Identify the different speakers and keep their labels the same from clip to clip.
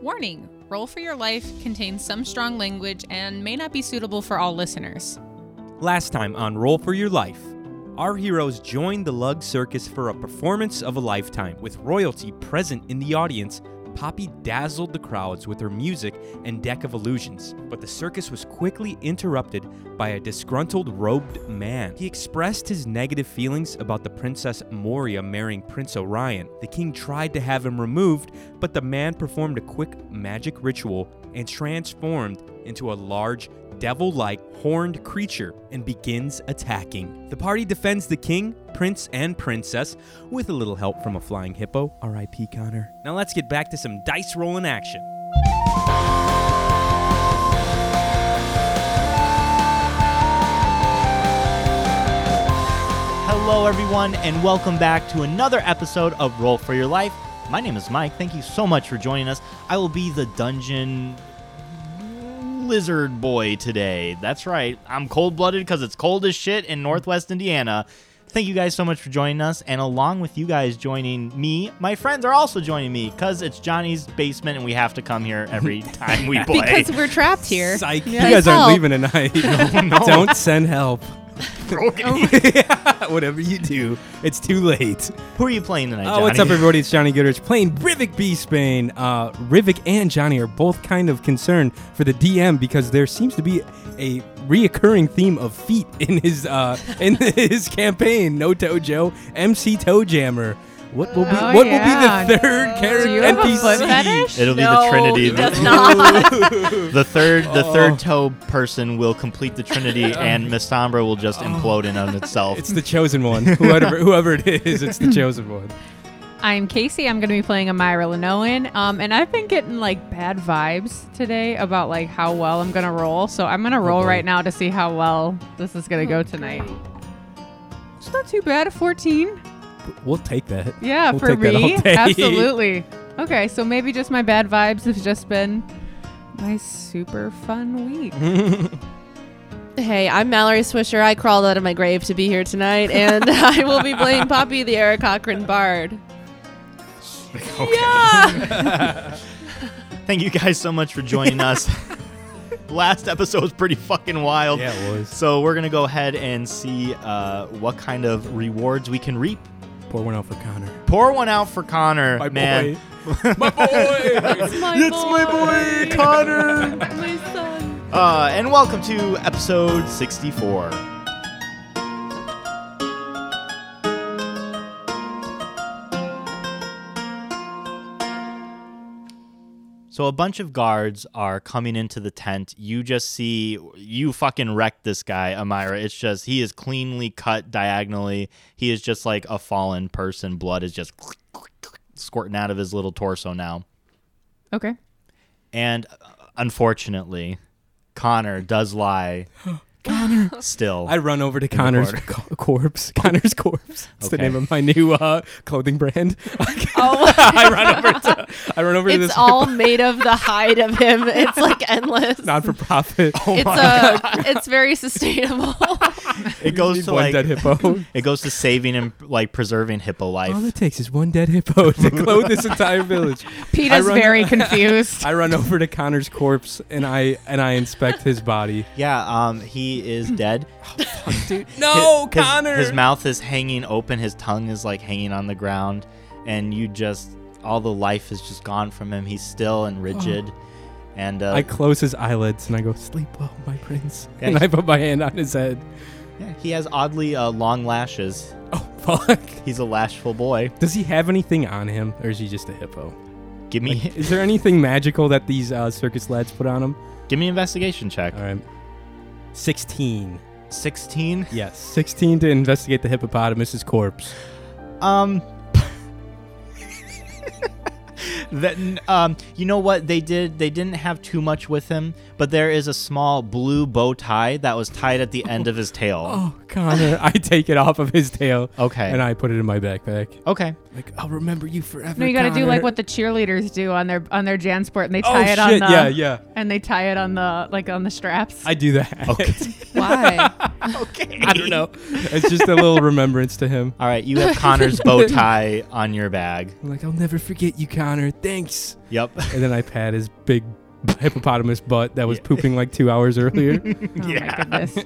Speaker 1: Warning Roll for Your Life contains some strong language and may not be suitable for all listeners.
Speaker 2: Last time on Roll for Your Life, our heroes joined the Lug Circus for a performance of a lifetime. With royalty present in the audience, Poppy dazzled the crowds with her music and deck of illusions. But the circus was quickly interrupted by a disgruntled robed man. He expressed his negative feelings about the Princess Moria marrying Prince Orion. The king tried to have him removed, but the man performed a quick magic ritual and transformed into a large devil like horned creature and begins attacking. The party defends the king, prince, and princess with a little help from a flying hippo. RIP Connor. Now let's get back to some dice rolling action.
Speaker 3: Hello, everyone, and welcome back to another episode of Roll for Your Life. My name is Mike. Thank you so much for joining us. I will be the dungeon lizard boy today. That's right. I'm cold blooded because it's cold as shit in Northwest Indiana. Thank you guys so much for joining us. And along with you guys joining me, my friends are also joining me because it's Johnny's basement and we have to come here every time we play.
Speaker 1: Because we're trapped here.
Speaker 2: Psych.
Speaker 1: Yeah.
Speaker 4: You guys aren't
Speaker 1: Help.
Speaker 4: leaving tonight. Don't send help. Oh. Whatever you do, it's too late.
Speaker 3: Who are you playing tonight,
Speaker 4: Oh, what's up,
Speaker 3: Johnny?
Speaker 4: everybody? It's Johnny Goodrich playing Rivik B. Spain. Uh, Rivik and Johnny are both kind of concerned for the DM because there seems to be a reoccurring theme of feet in his uh, in his campaign. No Tojo, MC Toe Jammer. What will be
Speaker 1: Oh,
Speaker 4: what
Speaker 1: yeah.
Speaker 4: will be the third character
Speaker 1: Do you have a
Speaker 4: NPC?
Speaker 1: foot fetish?
Speaker 3: It'll be the
Speaker 1: No,
Speaker 3: Trinity.
Speaker 1: he does not.
Speaker 3: The third, the
Speaker 4: Oh.
Speaker 3: third toe person will complete the trinity, and Miss Sombra will just implode in on
Speaker 4: Oh.
Speaker 3: itself.
Speaker 4: It's the chosen one. Whoever whoever it is, it's the chosen one.
Speaker 1: I'm Casey. I'm going to be playing Amira Lenoan. Um, and I've been getting like bad vibes today about like how well I'm going to roll. So I'm going to roll
Speaker 3: Uh-huh.
Speaker 4: boy.
Speaker 1: right now to see how well this is going to go tonight. It's not too bad. A 14.
Speaker 4: We'll take that.
Speaker 1: Yeah,
Speaker 4: We'll
Speaker 1: for
Speaker 4: take that all
Speaker 1: me.
Speaker 4: day.
Speaker 1: Absolutely. Okay, so maybe just my bad vibes have just been my super fun week.
Speaker 4: Mm-hmm.
Speaker 5: Hey, I'm Mallory Swisher. I crawled out of my grave to be here tonight, and I will be playing Poppy the Eric Cochran Bard.
Speaker 3: Thank you guys so much for joining us. Last episode was pretty fucking wild.
Speaker 4: Yeah, it was.
Speaker 3: So we're gonna go ahead and see uh, what kind of rewards we can reap.
Speaker 4: Pour one out for Connor.
Speaker 3: Pour one out for Connor,
Speaker 4: My
Speaker 3: man.
Speaker 4: boy. My boy.
Speaker 5: My
Speaker 3: It's my boy, Connor.
Speaker 5: my son.
Speaker 3: uh, and welcome to episode 64. So a bunch of guards are coming into the tent. You just see you fucking wrecked this guy, Amira. It's just he is cleanly cut diagonally. He is just like a fallen person. Blood is just squirting out of his little torso now.
Speaker 1: Okay.
Speaker 3: And uh, unfortunately, Connor does lie. Connor still.
Speaker 4: I run over to Connor's co- corpse. Connor's corpse. That's the
Speaker 3: Okay.
Speaker 4: name of my new uh, clothing brand. I run over to. I run over to
Speaker 5: It's
Speaker 4: this
Speaker 5: all made of the hide of him. It's like endless.
Speaker 4: non-for-profit.
Speaker 3: Oh
Speaker 5: it's a. It's very sustainable.
Speaker 3: it goes
Speaker 4: Need
Speaker 3: to
Speaker 4: one
Speaker 3: like
Speaker 4: dead hippo.
Speaker 3: it goes to saving and like preserving hippo
Speaker 4: all
Speaker 3: life.
Speaker 4: it takes is one dead hippo to clothe this entire village.
Speaker 1: Peter's
Speaker 4: I run-
Speaker 1: very confused.
Speaker 4: I run over to Connor's corpse and I and I inspect his body.
Speaker 3: Yeah, um, he is dead.
Speaker 4: No,
Speaker 3: his,
Speaker 4: Oh, Connor.
Speaker 3: His mouth is hanging open. His tongue is like hanging on the ground, and you just all the life is just gone from him. He's still
Speaker 4: Oh.
Speaker 3: and rigid, and uh,
Speaker 4: I close his eyelids and I go, "Sleep well, my prince."
Speaker 3: Yeah,
Speaker 4: and
Speaker 3: he-
Speaker 4: I put my hand on his head.
Speaker 3: yeah, he has oddly uh, long lashes.
Speaker 4: Oh fuck!
Speaker 3: He's a lashful boy.
Speaker 4: Does he have anything on him, or is he just a hippo?
Speaker 3: Give me
Speaker 4: Is there anything magical that these uh, circus lads put on him?
Speaker 3: give me an investigation check.
Speaker 4: All right, sixteen.
Speaker 3: Sixteen.
Speaker 4: Yes, sixteen to investigate the hippopotamus's corpse.
Speaker 3: Um. That, um, you know what they did? They didn't have too much with him, but there is a small blue bow tie that was tied at the end of his tail.
Speaker 4: Oh, Connor! I take it off of his tail
Speaker 3: Okay.
Speaker 4: and I put it in my backpack.
Speaker 3: Okay.
Speaker 4: Like I'll remember you forever.
Speaker 1: No, you got to do like
Speaker 4: Connor."
Speaker 1: what the cheerleaders do on their on their JanSport, and they
Speaker 4: Oh
Speaker 1: tie it
Speaker 4: shit!
Speaker 1: on the
Speaker 4: yeah, yeah.
Speaker 1: and they tie it on the like on the straps.
Speaker 4: I do that.
Speaker 3: Okay.
Speaker 5: Why?
Speaker 3: okay.
Speaker 4: I don't know. It's just a little remembrance to him.
Speaker 3: All right, you have Connor's bow tie on your bag.
Speaker 4: I'm like, I'll never forget you, Connor. Thanks.
Speaker 3: Yep.
Speaker 4: And then I pat his big hippopotamus butt that was pooping like two hours earlier.
Speaker 1: oh my goodness.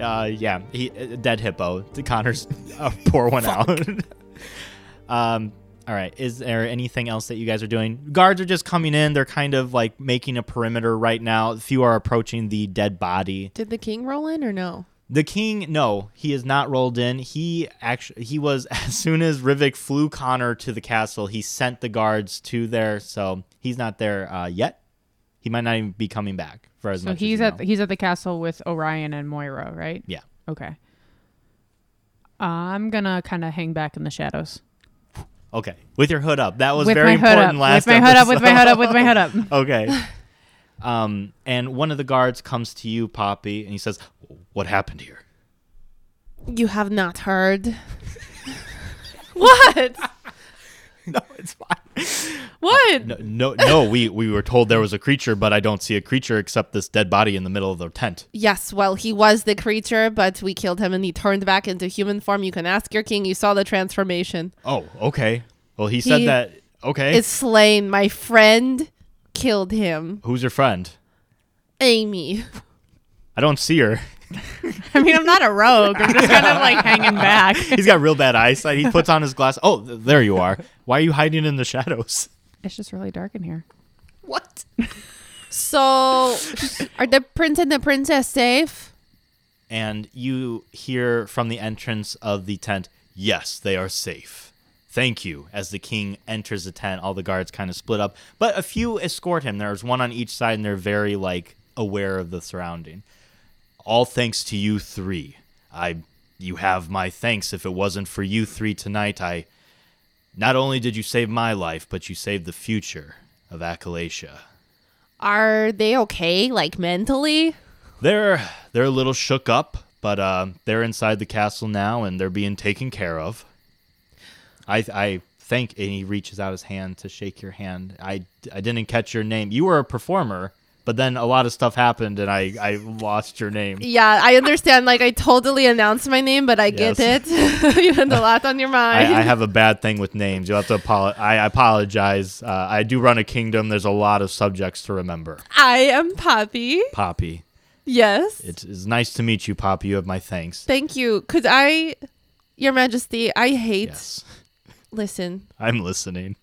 Speaker 3: Uh, yeah, he uh, dead hippo. Connor's uh, pour one out. um, all right. Is there anything else that you guys are doing? Guards are just coming in. They're kind of like making a perimeter right now. A few are approaching the dead body.
Speaker 5: Did the king roll in or no?
Speaker 3: The king, no, he is not rolled in. He actually, he was as soon as Rivik flew Connor to the castle, he sent the guards to there. So he's not there uh, yet. He might not even be coming back for as
Speaker 1: So
Speaker 3: much.
Speaker 1: he's
Speaker 3: as you
Speaker 1: at
Speaker 3: know.
Speaker 1: he's at the castle with Orion and Moira, right?
Speaker 3: yeah.
Speaker 1: Okay. I'm gonna kind of hang back in the shadows
Speaker 3: Okay, with your hood up. That was
Speaker 1: with my
Speaker 3: very
Speaker 1: hood
Speaker 3: important
Speaker 1: up,
Speaker 3: last
Speaker 1: with my hood up, with my hood up, with my hood up.
Speaker 3: okay. Um, and one of the guards comes to you, Poppy, and he says, "What happened here?"
Speaker 5: You have not heard. what?
Speaker 3: No, it's fine.
Speaker 5: What?
Speaker 3: No, no, no. We we were told there was a creature, but I don't see a creature except this dead body in the middle of the tent.
Speaker 5: Yes, well, he was the creature, but we killed him and he turned back into human form. You can ask your king. You saw the transformation.
Speaker 3: Oh, okay. Well, he said
Speaker 5: He
Speaker 3: that. Okay.
Speaker 5: It's slain. My friend killed him.
Speaker 3: Who's your friend?
Speaker 5: Amy.
Speaker 3: I don't see her.
Speaker 1: I mean, I'm not a rogue. I'm just kind of like hanging back.
Speaker 3: He's got real bad eyesight. He puts on his glass. Oh, th- there you are. Why are you hiding in the shadows?
Speaker 1: It's just really dark in here.
Speaker 5: What? so, are the prince and the princess safe?
Speaker 3: and you hear from the entrance of the tent, yes, they are safe. Thank you. As the king enters the tent, all the guards kind of split up, but a few escort him. There's one on each side, and they're very like aware of the surrounding. All thanks to you three. I, you have my thanks. If it wasn't for you three tonight, I, not only did you save my life, but you saved the future of Akalacia.
Speaker 5: Are they okay, like mentally?
Speaker 3: They're they're a little shook up, but uh, they're inside the castle now, and they're being taken care of. I I thank and he reaches out his hand to shake your hand. I, I didn't catch your name. You were a performer, but then a lot of stuff happened, and I I lost your name.
Speaker 5: Yeah, I understand. Like, I totally announced my name, but I
Speaker 3: Yes.
Speaker 5: get it. you had a lot on your
Speaker 3: I,
Speaker 5: mind.
Speaker 3: I have a bad thing with names. You'll have to apologize. I apologize. Uh, I do run a kingdom. There's a lot of subjects to remember.
Speaker 5: I am Poppy.
Speaker 3: Poppy,
Speaker 5: Yes.
Speaker 3: it's, it's nice to meet you, Poppy. You have my thanks.
Speaker 5: Thank you. Could I, Your Majesty, I hate.
Speaker 3: Yes,
Speaker 5: Listen.
Speaker 3: I'm listening.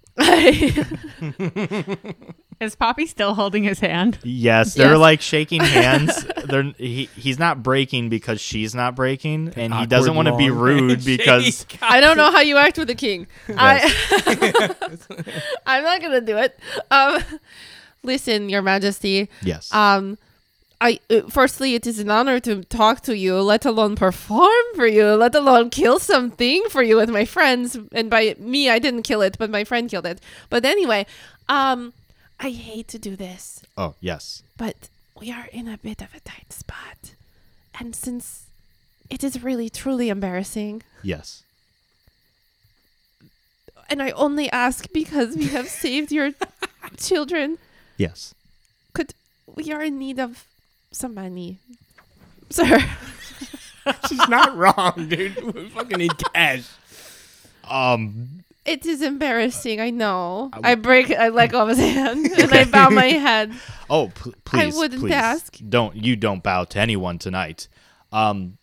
Speaker 1: Is Poppy still holding his hand?
Speaker 3: Yes, they're
Speaker 5: Yes.
Speaker 3: like shaking hands. they're he, he's not breaking because she's not breaking, and he doesn't want to be rude because
Speaker 5: I don't know how you act with a king. I, I'm not gonna do it. Um, listen, Your Majesty.
Speaker 3: yes,
Speaker 5: Um, I uh, firstly, it is an honor to talk to you, let alone perform for you, let alone kill something for you with my friends. And by me, I didn't kill it, but my friend killed it. But anyway, um, I hate to do this.
Speaker 3: oh yes,
Speaker 5: but we are in a bit of a tight spot. And since it is really truly embarrassing,
Speaker 3: yes,
Speaker 5: and I only ask because we have saved your children,
Speaker 3: yes.
Speaker 5: could we are in need of some money, sir?
Speaker 4: She's not wrong, dude. We fucking need cash.
Speaker 3: Um,
Speaker 5: It is embarrassing. I know. I, break. I let go of his hand and I bow my head.
Speaker 3: oh p- please,
Speaker 5: wouldn't
Speaker 3: please,
Speaker 5: ask.
Speaker 3: Don't you don't bow to anyone tonight. Um,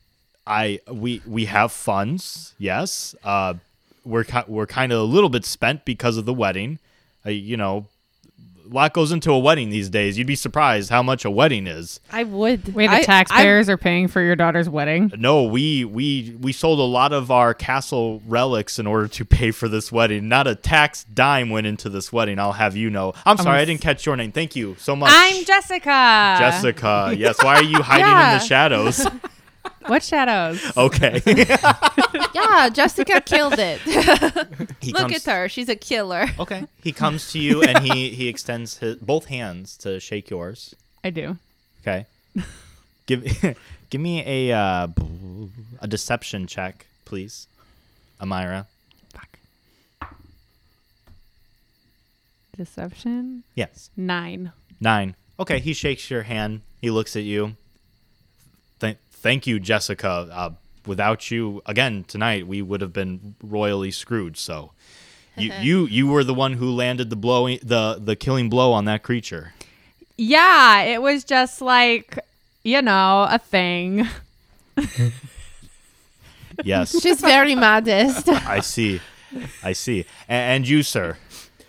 Speaker 3: I we we have funds. Yes, uh, we're ki- we're kind of a little bit spent because of the wedding. Uh, you know, a lot goes into a wedding these days. You'd be surprised how much a wedding is.
Speaker 5: I would.
Speaker 1: Wait, the taxpayers are paying for your daughter's wedding.
Speaker 3: No, we we we sold a lot of our castle relics in order to pay for this wedding. Not a tax dime went into this wedding. I'll have you know. I'm sorry, I didn't catch your name. Thank you so much.
Speaker 1: Jessica.
Speaker 3: Jessica. Yes. Why are you hiding in
Speaker 5: Uh, Yeah.
Speaker 3: the shadows?
Speaker 1: What shadows?
Speaker 3: Okay.
Speaker 5: yeah, Jessica killed it.
Speaker 3: He
Speaker 5: Look
Speaker 3: comes-
Speaker 5: at her. She's a killer.
Speaker 3: Okay. He comes to you and he he extends his both hands to shake yours.
Speaker 1: I do.
Speaker 3: Okay. Give give me a uh, a deception check, please, Amira.
Speaker 1: Fuck. Deception?
Speaker 3: Yes.
Speaker 1: Nine.
Speaker 3: Nine. Okay, he shakes your hand. He looks at you. Th- thank you, Jessica. Uh, without you, again tonight, we would have been royally screwed. So, you you you were the one who landed the blow the the killing blow on that creature.
Speaker 1: Yeah, it was just like, you know, a thing.
Speaker 3: Yes,
Speaker 5: She's very modest.
Speaker 3: I see, I see. A- and you, sir.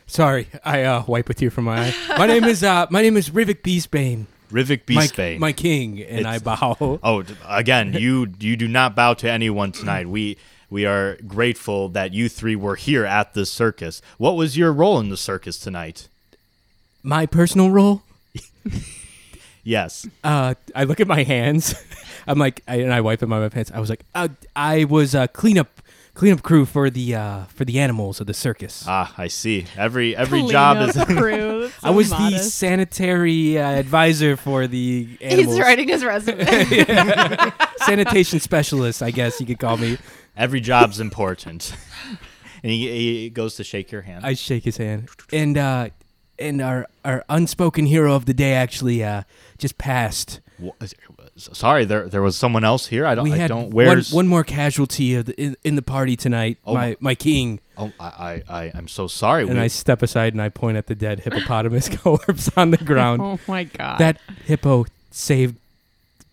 Speaker 4: Sorry, I uh, wipe a tear from my eye. My name is uh, my name is Rivik Beastbane.
Speaker 3: Rivik
Speaker 4: My-
Speaker 3: Beastbane.
Speaker 4: my king, and I
Speaker 3: It's-
Speaker 4: bow.
Speaker 3: Oh, d- again, you you do not bow to anyone tonight. We we are grateful that you three were here at the circus. What was your role in the circus tonight?
Speaker 4: My personal role.
Speaker 3: Yes.
Speaker 4: Uh, I look at my hands. I'm like, I, and I wipe at my pants. I was like, uh, I was a cleanup cleanup crew for the uh, for the animals of the circus.
Speaker 3: Ah, I see. Every every job is
Speaker 1: approved.
Speaker 4: I was the sanitary uh, advisor for the animals.
Speaker 5: He's writing his resume.
Speaker 4: Sanitation specialist, I guess you could call me.
Speaker 3: every job's important. and he, he goes to shake your hand.
Speaker 4: I shake his hand. And uh, and our our unspoken hero of the day actually uh, just passed.
Speaker 3: Wha- Sorry, there there was someone else here. I don't.
Speaker 4: we
Speaker 3: I
Speaker 4: had
Speaker 3: don't.
Speaker 4: one,
Speaker 3: Where's
Speaker 4: one more casualty of the, in, in the party tonight.
Speaker 3: Oh
Speaker 4: my
Speaker 3: my-
Speaker 4: my king.
Speaker 3: Oh, I I, I I'm so sorry.
Speaker 4: And
Speaker 3: We-
Speaker 4: I step aside and I point at the dead hippopotamus corpse on the ground.
Speaker 1: Oh my god.
Speaker 4: That hippo saved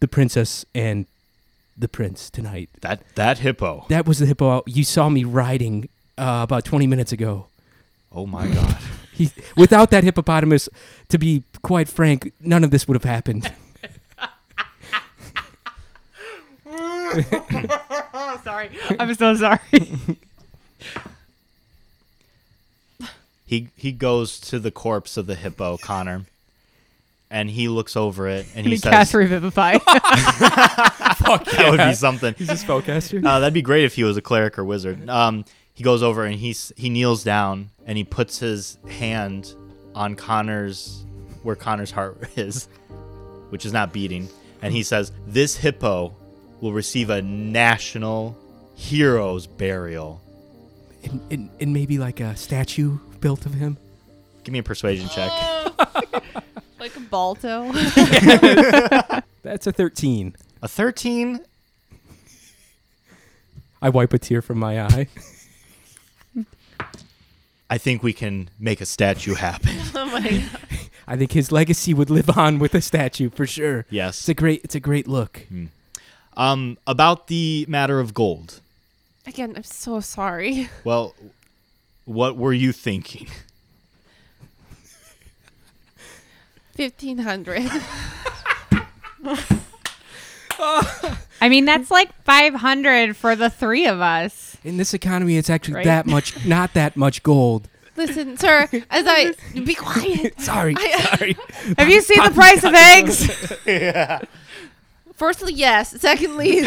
Speaker 4: the princess and the prince tonight.
Speaker 3: that that hippo.
Speaker 4: That was the hippo you saw me riding uh, about 20 minutes ago.
Speaker 3: Oh my god.
Speaker 4: He, without that hippopotamus, to be quite frank, none of this would have happened.
Speaker 1: oh, sorry. I'm so sorry.
Speaker 3: He he goes to the corpse of the hippo, Connor, and he looks over it and he,
Speaker 1: he
Speaker 3: says,
Speaker 1: cast revivify.
Speaker 3: "That would be something."
Speaker 4: He's a spellcaster.
Speaker 3: Uh, that'd be great if he was a cleric or wizard. Um, he goes over and he s- he kneels down and he puts his hand on Connor's where Connor's heart is, which is not beating, and he says, "This hippo will receive a national hero's burial."
Speaker 4: and, and, and maybe like a statue built of him.
Speaker 3: Give me a persuasion check.
Speaker 5: like a Balto.
Speaker 4: That's a 13.
Speaker 3: A thirteen.
Speaker 4: I wipe a tear from my eye.
Speaker 3: I think we can make a statue happen.
Speaker 5: Oh my god.
Speaker 4: I think his legacy would live on with a statue for sure.
Speaker 3: Yes.
Speaker 4: It's a great it's a great look.
Speaker 3: Um, about the matter of gold.
Speaker 5: Again, I'm so sorry.
Speaker 3: Well, what were you thinking?
Speaker 5: 1500.
Speaker 1: I mean, that's like 500 for the three of us.
Speaker 4: In this economy it's actually
Speaker 1: Right.
Speaker 4: that much not that much gold.
Speaker 5: Listen, sir, as I be quiet.
Speaker 4: Sorry.
Speaker 5: I-
Speaker 4: sorry.
Speaker 1: Have you seen the price of eggs?
Speaker 5: Firstly, yes. Secondly,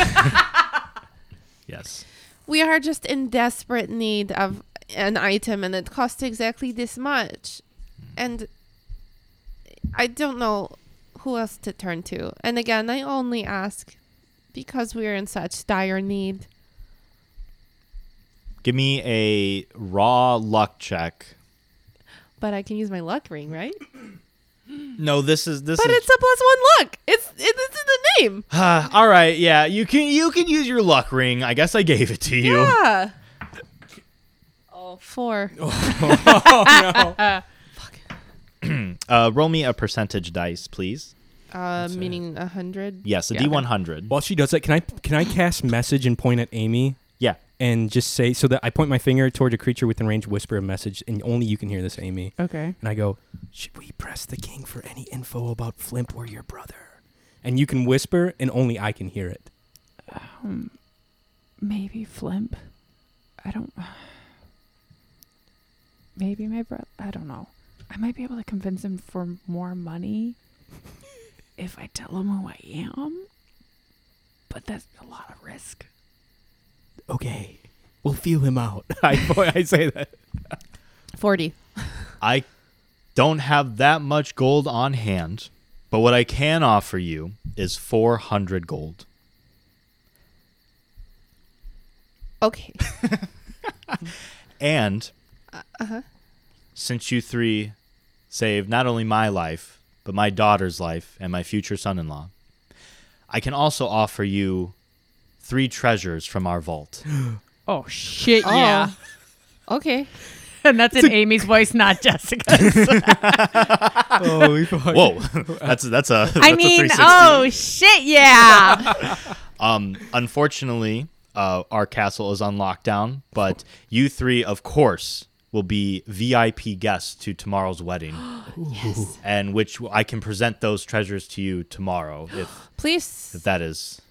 Speaker 3: Yes.
Speaker 5: we are just in desperate need of an item and it costs exactly this much. And I don't know who else to turn to. And again, I only ask because we are in such dire need.
Speaker 3: Give me a raw luck check.
Speaker 5: But I can use my luck ring, right?
Speaker 3: No, this is this
Speaker 5: But
Speaker 3: is
Speaker 5: it's a plus one luck. It's it, it's in the name.
Speaker 3: all right. Yeah, you can you can use your luck ring. I guess I gave it to you.
Speaker 5: Yeah. Oh, four.
Speaker 3: Uh, roll me a percentage dice, please.
Speaker 5: Uh, meaning a hundred.
Speaker 3: Yes, a
Speaker 5: Yeah.
Speaker 3: one hundred.
Speaker 4: While she does that, can I can I cast message and point at Amy
Speaker 3: Yeah.
Speaker 4: and just say so that I point my finger toward a creature within range, whisper a message, and only you can hear this, Amy.
Speaker 1: Okay.
Speaker 4: And I go, Should we press the king for any info about Flimp or your brother? And you can whisper and only I can hear it.
Speaker 1: Maybe Flimp. I don't. Maybe my brother. I don't know. I might be able to convince him for more money if I tell him who I am. But that's a lot of risk.
Speaker 4: Okay. We'll feel him out. I boy, I say that.
Speaker 5: Forty.
Speaker 3: I don't have that much gold on hand, but what I can offer you is four hundred gold.
Speaker 5: Okay.
Speaker 1: Uh, uh-huh.
Speaker 3: And since you three save not only my life, but my daughter's life and my future son in law. I can also offer you three treasures from our vault.
Speaker 1: Oh shit! Yeah,
Speaker 5: Okay.
Speaker 1: and that's in Amy's voice, not Jessica's.
Speaker 4: Holy fuck.
Speaker 3: Whoa, that's that's a. That's
Speaker 1: I
Speaker 3: a
Speaker 1: mean,
Speaker 3: 360.
Speaker 1: oh shit! Yeah.
Speaker 3: Um, unfortunately, uh, our castle is on lockdown, but you three, of course, will be VIP guests to tomorrow's wedding. yes. And which I can present those treasures to you tomorrow, if,
Speaker 5: Please.
Speaker 3: if that is.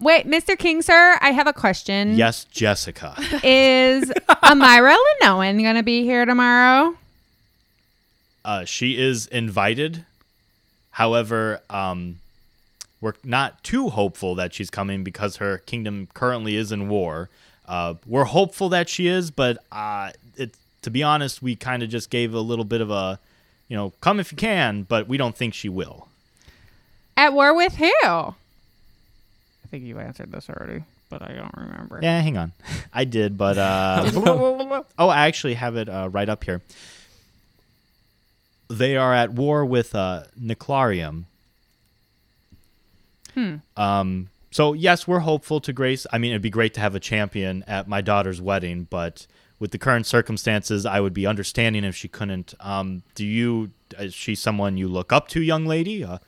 Speaker 6: Wait, Mr. King, sir, I have a question.
Speaker 3: Yes, Jessica.
Speaker 6: Is Amira Lenoan going to be here tomorrow?
Speaker 3: Uh, she is invited. However, um, we're not too hopeful that she's coming because her kingdom currently is in war. Uh, we're hopeful that she is, but uh, it, to be honest, we kind of just gave a little bit of a, you know, come if you can, but we don't think she will.
Speaker 6: At war with who?
Speaker 1: I think you answered this already, but I don't remember.
Speaker 3: Yeah, hang on. I did, but uh, oh, I actually have it uh, right up here. They are at war with uh, Niclarium. Hmm. Um. So yes, we're hopeful to Grace. I mean, it'd be great to have a champion at my daughter's wedding, but with the current circumstances, I would be understanding if she couldn't. Um. Do you? Is she someone you look up to, young lady? Uh,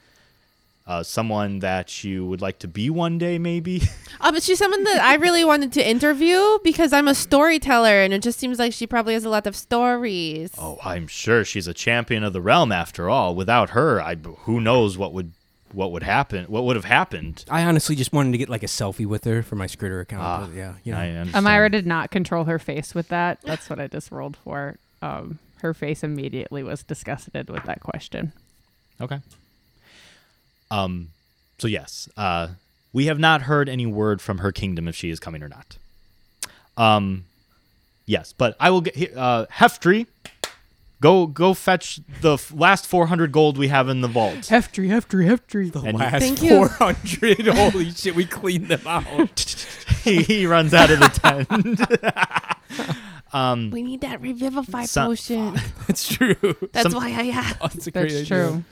Speaker 3: uh, someone that you would like to be one day, maybe.
Speaker 5: Uh, but she's someone that I really wanted to interview because I'm a storyteller, and it just seems like she probably has a lot of stories.
Speaker 3: Oh, I'm sure she's a champion of the realm after all. Without her, I who knows what would what would happen? What would have happened?
Speaker 4: I honestly just wanted to get like a selfie with her for my Skritter account. but yeah, you know.
Speaker 3: I understand.
Speaker 1: Amira did not control her face with that. That's what I just rolled for. Um, her face immediately was disgusted with that question.
Speaker 3: Okay. Um. So yes, uh, we have not heard any word from her kingdom if she is coming or not. Um. Yes, but I will get he- uh, Heftry. Go go fetch the f- last four hundred gold we have in the vault.
Speaker 4: Heftry, heftry, heftry. The
Speaker 3: And-
Speaker 4: last
Speaker 5: Thank you.
Speaker 4: 400. Holy shit, we cleaned them out.
Speaker 3: he, he runs out of the tent.
Speaker 5: We need that revivify
Speaker 3: Some-
Speaker 5: potion.
Speaker 4: That's true.
Speaker 5: That's
Speaker 3: Some-
Speaker 5: why I have.
Speaker 4: That's, a
Speaker 1: That's
Speaker 4: great idea.
Speaker 1: true.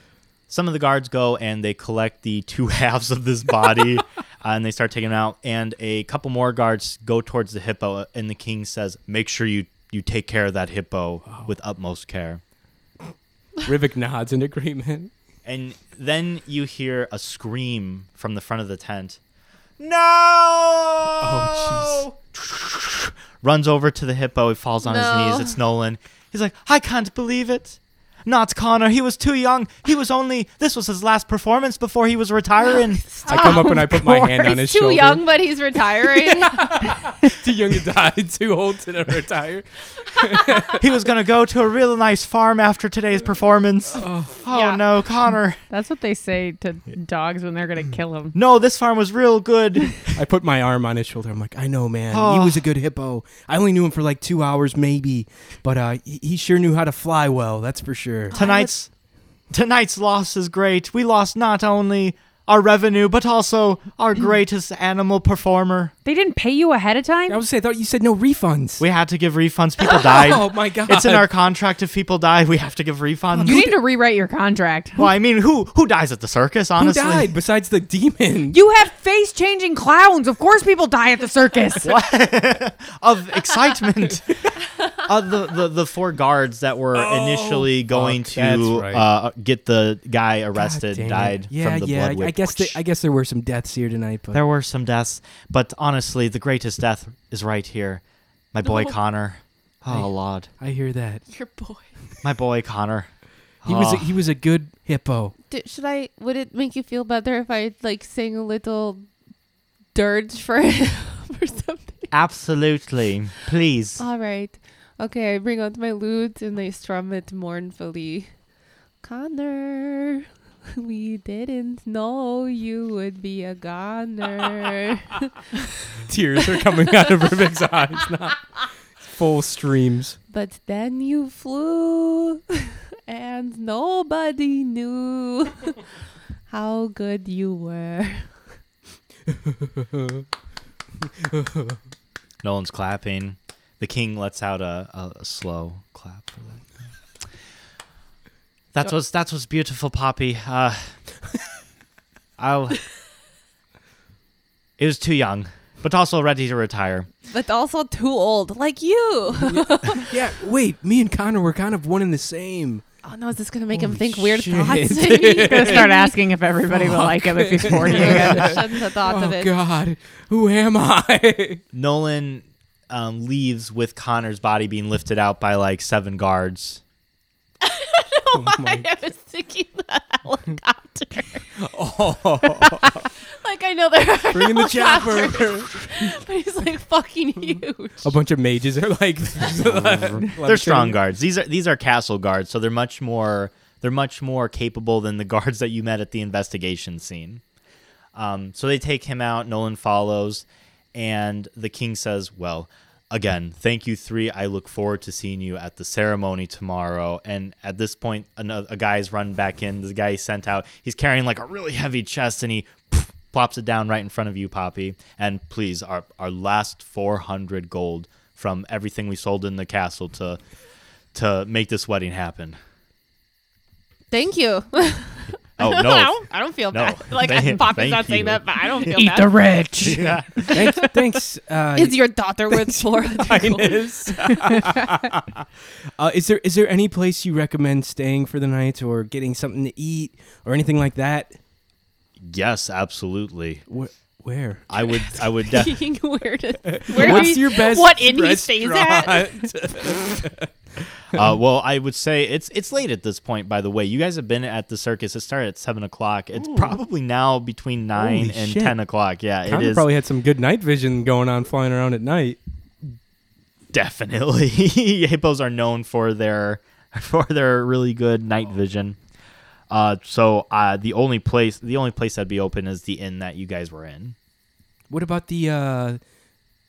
Speaker 3: some of the guards go and they collect the two halves of this body uh, and they start taking it out and a couple more guards go towards the hippo and the king says make sure you you take care of that hippo with utmost care
Speaker 4: Rivik nods in agreement.
Speaker 3: and then you hear a scream from the front of the tent no oh jeez runs over to the hippo he falls on his
Speaker 5: No.
Speaker 3: knees it's nolan he's like i can't believe it not Connor. He was too young. He was only. This was his last performance before he was retiring.
Speaker 4: I come up and I put my hand on his
Speaker 5: He's too
Speaker 4: shoulder.
Speaker 5: young, but he's retiring.
Speaker 4: Too young to die, too old to retire.
Speaker 3: he was gonna go to a real nice farm after today's performance. Oh,
Speaker 5: Yeah.
Speaker 3: no, Connor!
Speaker 1: That's what they say to dogs when they're gonna kill them.
Speaker 3: No, this farm was real good.
Speaker 4: I put my arm on his shoulder. I'm like, I know, man. He
Speaker 3: Oh.
Speaker 4: was a good hippo. I only knew him for like two hours, maybe, but uh, he, he sure knew how to fly well. That's for sure.
Speaker 3: Tonight's tonight's loss is great. We lost not only our revenue but also our greatest animal performer.
Speaker 6: They didn't pay you ahead of
Speaker 4: I
Speaker 6: time?
Speaker 4: was say, I thought you said no refunds.
Speaker 3: We had to give refunds. People died.
Speaker 4: Oh my god!
Speaker 3: It's in our contract. If people die, we have to give refunds.
Speaker 1: You need to rewrite your contract.
Speaker 3: well, I mean, who who dies at the circus?
Speaker 4: Who
Speaker 3: Honestly,
Speaker 4: died besides the demon?
Speaker 6: You have face changing clowns. Of course, people die at the circus.
Speaker 3: of excitement. uh, the, the the four guards that were initially going
Speaker 4: fuck, that's
Speaker 3: to
Speaker 4: right.
Speaker 3: uh, get the guy
Speaker 4: God
Speaker 3: arrested
Speaker 4: damn it.
Speaker 3: died
Speaker 4: Yeah,
Speaker 3: from the
Speaker 4: yeah.
Speaker 3: blood
Speaker 4: I
Speaker 3: whip.
Speaker 4: guess the, I guess there were some deaths here tonight, but
Speaker 3: there were some deaths, but honestly, the greatest death is right here. My boy Connor. Oh Lord,
Speaker 4: I hear that
Speaker 5: Your boy.
Speaker 3: my boy Connor.
Speaker 4: he was a,
Speaker 3: Oh.
Speaker 4: he was a good hippo.
Speaker 5: D- should I? Would it make you feel better if I like sang a little dirge for him or something?
Speaker 3: Absolutely, please.
Speaker 5: All right. Okay, I bring out my lute and I strum it mournfully. Connor, we didn't know you would be a goner.
Speaker 4: Tears are coming out of Rubik's eyes. Not full streams.
Speaker 5: But then you flew, and nobody knew how good you were.
Speaker 3: Nolan's clapping. The king lets out a, a, a slow clap for that. That was that was beautiful, Poppy. Uh, I. It was too young, but also ready to retire.
Speaker 5: but also too old, like you.
Speaker 4: Yeah, wait, me and Connor were kind of one and the same.
Speaker 5: Oh no, is this gonna make him
Speaker 4: Holy
Speaker 5: think weird
Speaker 4: shit.
Speaker 5: thoughts?
Speaker 1: Gonna start asking if everybody will like him if he's 40 again.
Speaker 5: Shouldn't have thought of
Speaker 4: Oh
Speaker 5: it.
Speaker 4: God, who am I?
Speaker 3: Nolan um, leaves with Connor's body being lifted out by like seven guards.
Speaker 5: Why I was thinking the helicopter.
Speaker 4: oh,
Speaker 5: like I know there are
Speaker 4: bringing the chopper.
Speaker 5: but he's like fucking huge.
Speaker 4: A bunch of mages are like,
Speaker 3: they're strong guards. These are these are castle guards, so they're much more they're much more capable than the guards that you met at the investigation scene. Um, so they take him out. Nolan follows, and the king says, "Well, again, thank you three. I look forward to seeing you at the ceremony tomorrow." And at this point, another, a guy's run back in. The guy he sent out, he's carrying like a really heavy chest, and he. Plops it down right in front of you, Poppy. And please, our our last four hundred gold from everything we sold in the castle to to make this wedding happen.
Speaker 5: Thank you.
Speaker 3: Oh
Speaker 5: I,
Speaker 3: no!
Speaker 5: don't, I don't feel
Speaker 3: No.
Speaker 5: bad. Like
Speaker 3: Thank-
Speaker 5: Poppy's not
Speaker 3: thank
Speaker 5: saying
Speaker 3: you.
Speaker 5: that, but I don't feel
Speaker 1: Eat
Speaker 5: bad.
Speaker 1: the rich.
Speaker 3: yeah.
Speaker 4: Thanks, thanks uh,
Speaker 5: is your daughter with four?
Speaker 4: Highness. uh, is there is there any place you recommend staying for the night, or getting something to eat, or anything like that?
Speaker 3: Yes, absolutely.
Speaker 4: Wh- where?
Speaker 3: I would. I would. De-
Speaker 5: Being weird. Where
Speaker 4: What's
Speaker 5: are you-
Speaker 4: your best?
Speaker 5: What inn he stays at?
Speaker 3: uh, well, I would say it's it's late at this point. By the way, you guys have been at the circus. It started at seven o'clock. It's probably now between nine
Speaker 4: Holy
Speaker 3: and
Speaker 4: shit.
Speaker 3: ten o'clock. Yeah, it
Speaker 4: Connor
Speaker 3: is
Speaker 4: probably had some good night vision going on, flying around at night.
Speaker 3: definitely. Hippos are known for their for their really good night vision. Uh, so uh, the only place the only place that'd be open is the inn that you guys were in.
Speaker 4: What about the uh,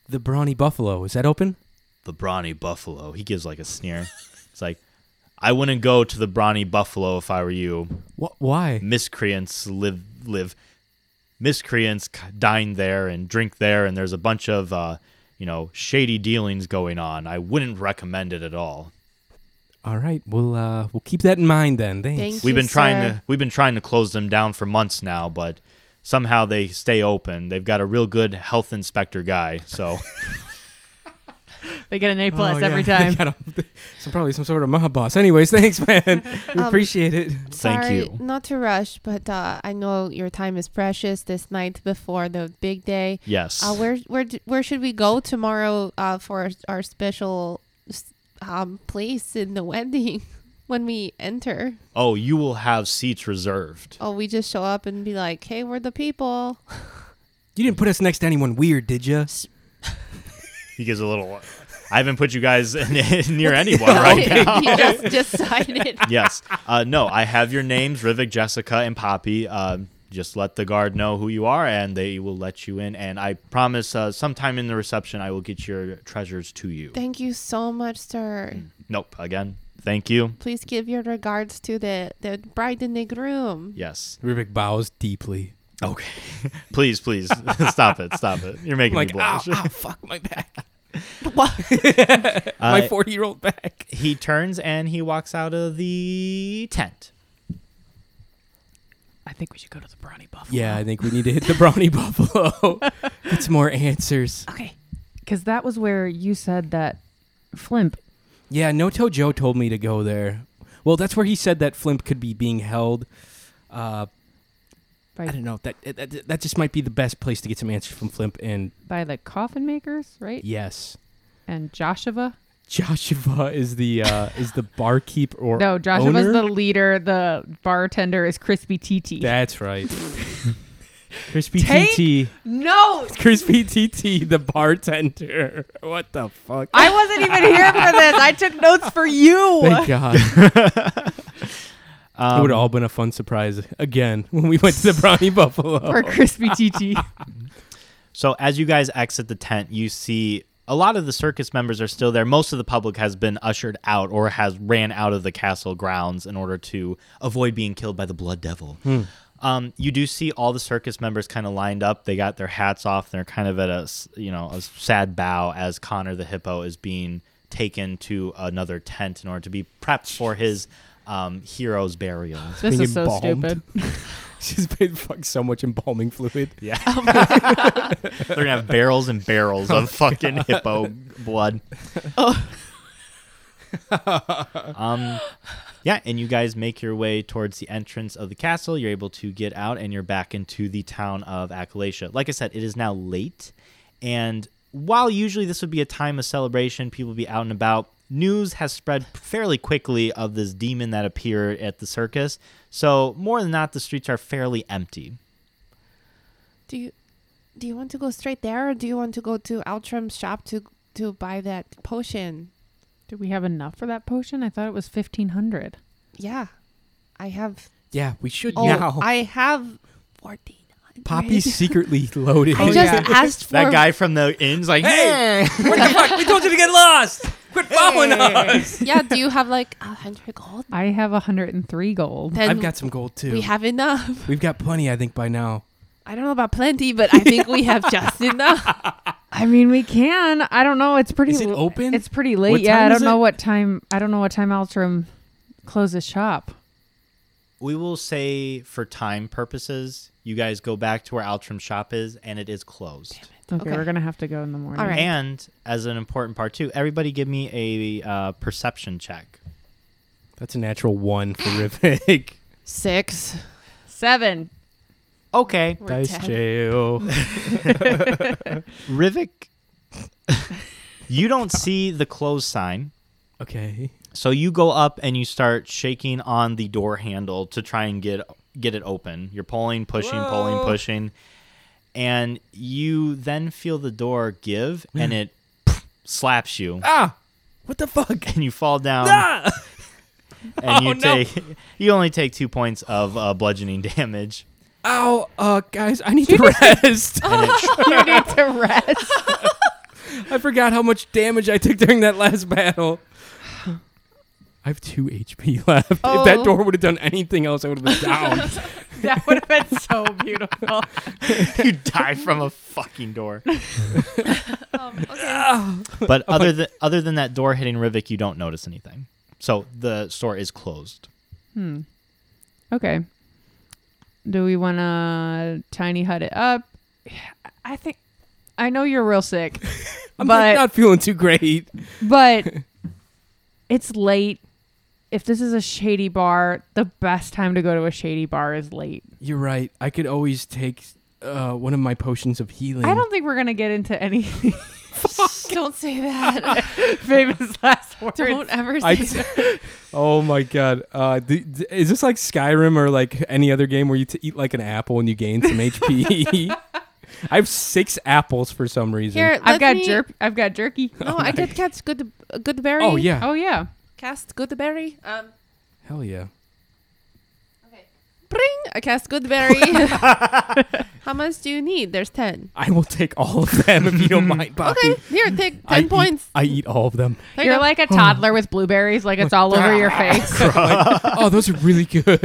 Speaker 4: the brawny buffalo? Is that open?
Speaker 3: the brawny buffalo. He gives like a sneer. It's like, I wouldn't go to the brawny buffalo if I were you.
Speaker 4: Wh- why?
Speaker 3: Miscreants live live. Miscreants c- dine there and drink there, and there's a bunch of uh, you know shady dealings going on. I wouldn't recommend it at all.
Speaker 4: All right, we'll uh, we'll keep that in mind then. Thanks.
Speaker 5: Thank
Speaker 3: We've
Speaker 5: you,
Speaker 3: been trying
Speaker 5: sir.
Speaker 3: to we've been trying to close them down for months now, but somehow they stay open. They've got a real good health inspector guy, so.
Speaker 1: They get an A plus
Speaker 4: Oh, yeah.
Speaker 1: every
Speaker 4: They
Speaker 1: time.
Speaker 4: got a- some probably some sort of mob boss. Anyways, thanks, man. We
Speaker 5: Um,
Speaker 4: appreciate it.
Speaker 3: Thank
Speaker 5: Sorry,
Speaker 3: you.
Speaker 5: Not to rush, but uh, I know your time is precious this night before the big day.
Speaker 3: Yes.
Speaker 5: Uh, where where d- where should we go tomorrow uh, for our- our special s- um, place in the wedding when we enter?
Speaker 3: oh, you will have seats reserved.
Speaker 5: Oh, we just show up and be like, "Hey, we're the people."
Speaker 4: You didn't put us next to anyone weird, did you?
Speaker 3: He gives a little. I haven't put you guys in, near anyone right now.
Speaker 5: you just decided.
Speaker 3: yes. Uh, no, I have your names, Rivik, Jessica, and Poppy. Um, just let the guard know who you are, and they will let you in. And I promise, uh, sometime in the reception, I will get your treasures to you.
Speaker 5: Thank you so much, sir.
Speaker 3: nope. Again, thank you.
Speaker 5: Please give your regards to the the bride and the groom.
Speaker 3: Yes.
Speaker 4: Rubik bows deeply.
Speaker 3: Okay. please, please stop it. Stop it. You're making me
Speaker 4: like, ah,
Speaker 3: blush.
Speaker 4: ah, fuck my back,
Speaker 3: Uh,
Speaker 4: my forty-year-old back.
Speaker 3: he turns and he walks out of the tent.
Speaker 1: I think we should go to the Brawny Buffalo.
Speaker 4: Yeah, I think we need to hit the brownie buffalo. Get some more answers.
Speaker 1: Okay. Because that was where you said that Flimp.
Speaker 4: Yeah, Noto Joe told me to go there. Well, that's where he said that Flimp could be being held. Uh, I
Speaker 1: By,
Speaker 4: don't know. That, that that just might be the best place to get some answers from Flimp. And
Speaker 6: By the coffin makers, right?
Speaker 4: yes,
Speaker 6: And Joshua.
Speaker 4: Joshua is the uh, is the barkeep or
Speaker 6: No, Joshua's
Speaker 4: owner?
Speaker 6: the leader. The bartender is Crispy TT.
Speaker 4: That's right. Crispy
Speaker 6: Take-
Speaker 4: TT.
Speaker 6: no,
Speaker 4: Crispy TT, the bartender. What the fuck?
Speaker 6: I wasn't even here for this. I took notes for you.
Speaker 4: Thank God. it
Speaker 3: Um,
Speaker 4: would have all been a fun surprise again when we went to the Brownie Buffalo.
Speaker 6: Or Crispy TT.
Speaker 3: So as you guys exit the tent, you see a lot of the circus members are still there. Most of the public has been ushered out or has ran out of the castle grounds in order to avoid being killed by the blood devil. Um, you do see all the circus members kind of lined up. They got their hats off. They're kind of at a s- you know a sad bow as Connor the hippo is being taken to another tent in order to be prepped for his um, hero's burial.
Speaker 4: Being
Speaker 1: This is so
Speaker 4: embalmed.
Speaker 1: stupid.
Speaker 4: She's been fucked so much embalming fluid.
Speaker 3: Yeah. They're gonna have barrels and barrels of fucking hippo blood. um yeah, and you guys make your way towards the entrance of the castle. You're able to get out and you're back into the town of Acalacia. Like I said, it is now late. And while usually this would be a time of celebration, people would be out and about, news has spread fairly quickly of this demon that appeared at the circus. So, more than not, the streets are fairly empty.
Speaker 5: Do you do you want to go straight there, or do you want to go to Altram's shop to to buy that potion?
Speaker 6: Do we have enough for that potion? I thought it was fifteen hundred.
Speaker 5: Yeah, I have.
Speaker 4: Yeah, we should
Speaker 5: Oh,
Speaker 4: now.
Speaker 5: I have fourteen hundred.
Speaker 4: Poppy's Oh, secretly loaded.
Speaker 6: I just asked for
Speaker 3: That guy from the inn's like, hey,
Speaker 4: what the fuck? We told you to get lost. Quit following us.
Speaker 5: yeah, do you have like a hundred gold?
Speaker 6: I have hundred and three gold.
Speaker 5: Then
Speaker 4: I've got some gold too.
Speaker 5: we have enough.
Speaker 4: We've got plenty, I think, by now.
Speaker 5: I don't know about plenty, but I think we have just enough.
Speaker 6: I mean, we can. I don't know. It's pretty.
Speaker 4: Is it
Speaker 6: l-
Speaker 4: open?
Speaker 6: It's pretty late.
Speaker 4: What
Speaker 6: yeah, I
Speaker 4: time is
Speaker 6: don't know
Speaker 4: it?
Speaker 6: what time. I don't know what time Altram closes shop.
Speaker 3: We will say for time purposes, you guys go back to where Altram's shop is and it is closed.
Speaker 6: Okay,
Speaker 5: Okay.
Speaker 6: we're gonna have to go in the morning.
Speaker 5: All right.
Speaker 3: And as an important part too, everybody give me a uh, perception check.
Speaker 4: That's a natural one for Rivik.
Speaker 5: Six.
Speaker 6: Seven.
Speaker 3: Okay.
Speaker 5: We're
Speaker 4: Dice
Speaker 5: ten.
Speaker 4: jail.
Speaker 3: Rivik, you don't see the close sign.
Speaker 4: Okay.
Speaker 3: So you go up and you start shaking on the door handle to try and get get it open. You're pulling, pushing, pulling, pushing. And you then feel the door give and it slaps you
Speaker 4: Ah, what the fuck?
Speaker 3: and you fall down
Speaker 4: Ah!
Speaker 3: and you
Speaker 4: Oh, no.
Speaker 3: take you only take 2 points of uh, bludgeoning damage.
Speaker 4: Ow, uh, guys, I need to rest.
Speaker 3: And it,
Speaker 6: you need to rest.
Speaker 4: I forgot how much damage I took during that last battle. I have two HP left. If that
Speaker 5: Oh.
Speaker 4: door would have done anything else, I would have been down.
Speaker 6: that would have been so
Speaker 5: Um,
Speaker 6: beautiful.
Speaker 3: you die from a fucking door.
Speaker 5: Um, okay.
Speaker 3: But
Speaker 4: Oh,
Speaker 3: other than other than that door hitting Rivik, you don't notice anything. So the store is closed.
Speaker 6: Hmm. Okay. Do we want to tiny hut it up? I think I know you're real sick,
Speaker 4: I'm
Speaker 6: But-
Speaker 4: like, not feeling too great.
Speaker 6: but it's late. If this is a shady bar, the best time to go to a shady bar is late.
Speaker 4: You're right. I could always take uh, one of my potions of healing.
Speaker 6: I don't think we're gonna get into any
Speaker 5: don't say that.
Speaker 6: famous last words.
Speaker 5: don't ever say
Speaker 4: I-
Speaker 5: that.
Speaker 4: Oh my god! Uh, d- d- is this like Skyrim or like any other game where you t- eat like an apple and you gain some HP? I have six apples for some reason.
Speaker 5: Here,
Speaker 6: I've
Speaker 5: let
Speaker 6: got
Speaker 5: me-
Speaker 6: jerk. I've got jerky.
Speaker 5: No, I did catch good, uh, good berry.
Speaker 4: oh yeah!
Speaker 6: Oh yeah.
Speaker 5: Cast good berry. Um,
Speaker 4: Hell yeah!
Speaker 5: bring. I cast good berry. How much do you need? There's ten.
Speaker 4: I will take all of them if you don't mind, Poppy.
Speaker 5: Okay, here, take ten
Speaker 4: I eat-
Speaker 5: points.
Speaker 4: I eat all of them.
Speaker 5: There you
Speaker 6: You're
Speaker 5: go.
Speaker 6: like a toddler with blueberries, like it's all over your face.
Speaker 4: oh, those are really good.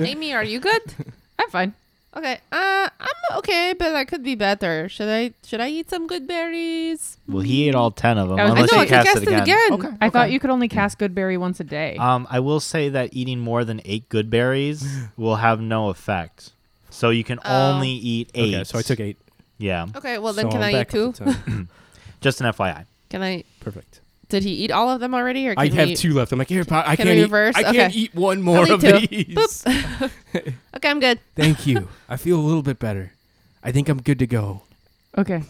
Speaker 5: Amy, are you good?
Speaker 6: I'm fine.
Speaker 5: Okay. Uh, I'm okay, but I could be better. Should I? Should I eat some good berries?
Speaker 3: Well,
Speaker 4: Mm.
Speaker 3: he ate all ten of them.
Speaker 6: That was- I
Speaker 3: Unless
Speaker 5: I
Speaker 3: he
Speaker 5: know. I could
Speaker 3: cast,
Speaker 5: cast it again.
Speaker 6: I thought you could only cast Goodberry once a day.
Speaker 5: Uh,
Speaker 3: Um, I will say that eating more than eight good berries will have no effect. So you can
Speaker 5: Oh.
Speaker 3: only eat eight.
Speaker 4: okay, so I took eight.
Speaker 3: Yeah,
Speaker 5: Okay. Well, then
Speaker 4: So
Speaker 5: can
Speaker 4: I'm
Speaker 5: I eat
Speaker 4: back
Speaker 5: two?
Speaker 4: up to ten.
Speaker 3: just an FYI.
Speaker 5: Can I?
Speaker 4: Perfect.
Speaker 5: Did he eat all of them already? Or can
Speaker 4: I
Speaker 5: we-
Speaker 4: have two left. I'm like, here, Pop. I
Speaker 5: Can
Speaker 4: can't.
Speaker 5: I
Speaker 4: eat-
Speaker 5: reverse?
Speaker 4: I can't
Speaker 5: Okay.
Speaker 4: eat one more
Speaker 5: Only
Speaker 4: of
Speaker 5: two.
Speaker 4: these.
Speaker 5: Okay, I'm good.
Speaker 4: Thank you. I feel a little bit better. I think I'm good to go.
Speaker 6: okay.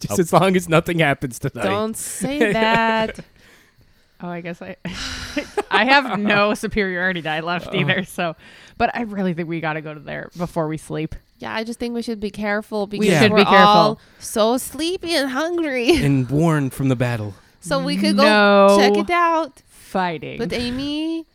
Speaker 4: Just as long as nothing happens tonight.
Speaker 5: Don't say that.
Speaker 6: Oh, I guess I I have no superiority die left
Speaker 5: Uh.
Speaker 6: either. So, but I really think we got to go to there before we sleep.
Speaker 5: Yeah, I just think we should be careful because
Speaker 4: should
Speaker 6: be
Speaker 5: we're
Speaker 6: careful.
Speaker 5: all so sleepy and hungry.
Speaker 4: and worn from the battle.
Speaker 5: so we could go
Speaker 6: No.
Speaker 5: check it out.
Speaker 6: Fighting.
Speaker 5: But Amy,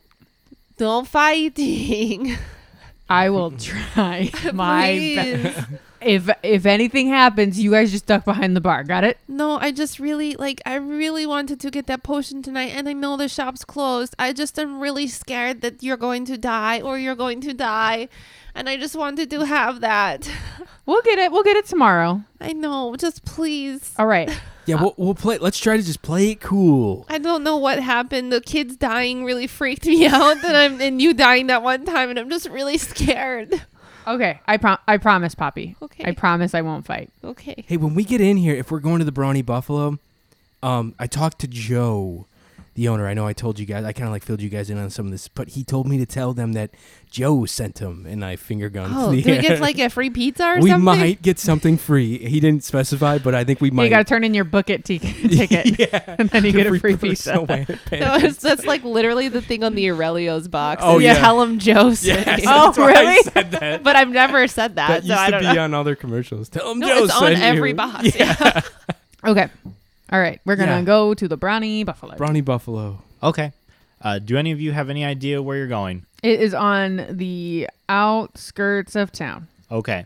Speaker 5: don't fighting.
Speaker 6: I will try my best.
Speaker 5: Please.
Speaker 6: If if anything happens, you guys just duck behind the bar. Got it?
Speaker 5: No, I just really like I really wanted to get that potion tonight and I know the shop's closed. I just am really scared that you're going to die or you're going to die. And I just wanted to have that.
Speaker 6: We'll get it. We'll get it tomorrow.
Speaker 5: I know, just please.
Speaker 6: All right.
Speaker 5: Uh,
Speaker 4: Yeah, we'll, we'll play. Let's try to just play it cool.
Speaker 5: I don't know what happened. The kids dying really freaked me out, and I'm and you dying that one time, and I'm just really scared.
Speaker 6: Okay, I prom- I promise, Poppy.
Speaker 5: Okay.
Speaker 6: I promise I won't fight.
Speaker 5: Okay.
Speaker 4: Hey, when we get in here, if we're going to the Brawny Buffalo, um, I talked to Joe, the owner. I know I told you guys. I kind of like filled you guys in on some of this, but he told me to tell them that Joe sent him, and I finger gunned.
Speaker 5: Oh,
Speaker 4: the
Speaker 5: do we
Speaker 4: air.
Speaker 5: get like a free pizza or
Speaker 4: we
Speaker 5: something?
Speaker 4: might get something free. He didn't specify, but I think we might.
Speaker 6: You got to turn in your book it tic- ticket,
Speaker 4: yeah.
Speaker 6: and then you get a free
Speaker 4: We're
Speaker 6: pizza.
Speaker 4: so way in
Speaker 5: No,
Speaker 4: panic.
Speaker 5: it's, that's like literally the thing on the Aurelio's box.
Speaker 4: Oh,
Speaker 5: It's
Speaker 4: yeah.
Speaker 5: Tell him Joe said
Speaker 4: Yes,
Speaker 5: it.
Speaker 4: that's
Speaker 5: Oh,
Speaker 4: why I
Speaker 5: really?
Speaker 4: said that.
Speaker 5: But I've never said
Speaker 4: That
Speaker 5: that, so
Speaker 4: used
Speaker 5: I
Speaker 4: to
Speaker 5: don't
Speaker 4: be
Speaker 5: know.
Speaker 4: on all their commercials. Tell them
Speaker 5: No,
Speaker 4: Joe
Speaker 5: it's on
Speaker 4: sent
Speaker 5: every
Speaker 4: you.
Speaker 5: box.
Speaker 4: Yeah.
Speaker 5: Yeah.
Speaker 6: Okay. All right, we're gonna
Speaker 4: Yeah.
Speaker 6: go to the Brownie Buffalo.
Speaker 4: Brawny Buffalo.
Speaker 3: Okay. Uh, do any of you have any idea where you're going?
Speaker 6: it is on the outskirts of town.
Speaker 3: Okay.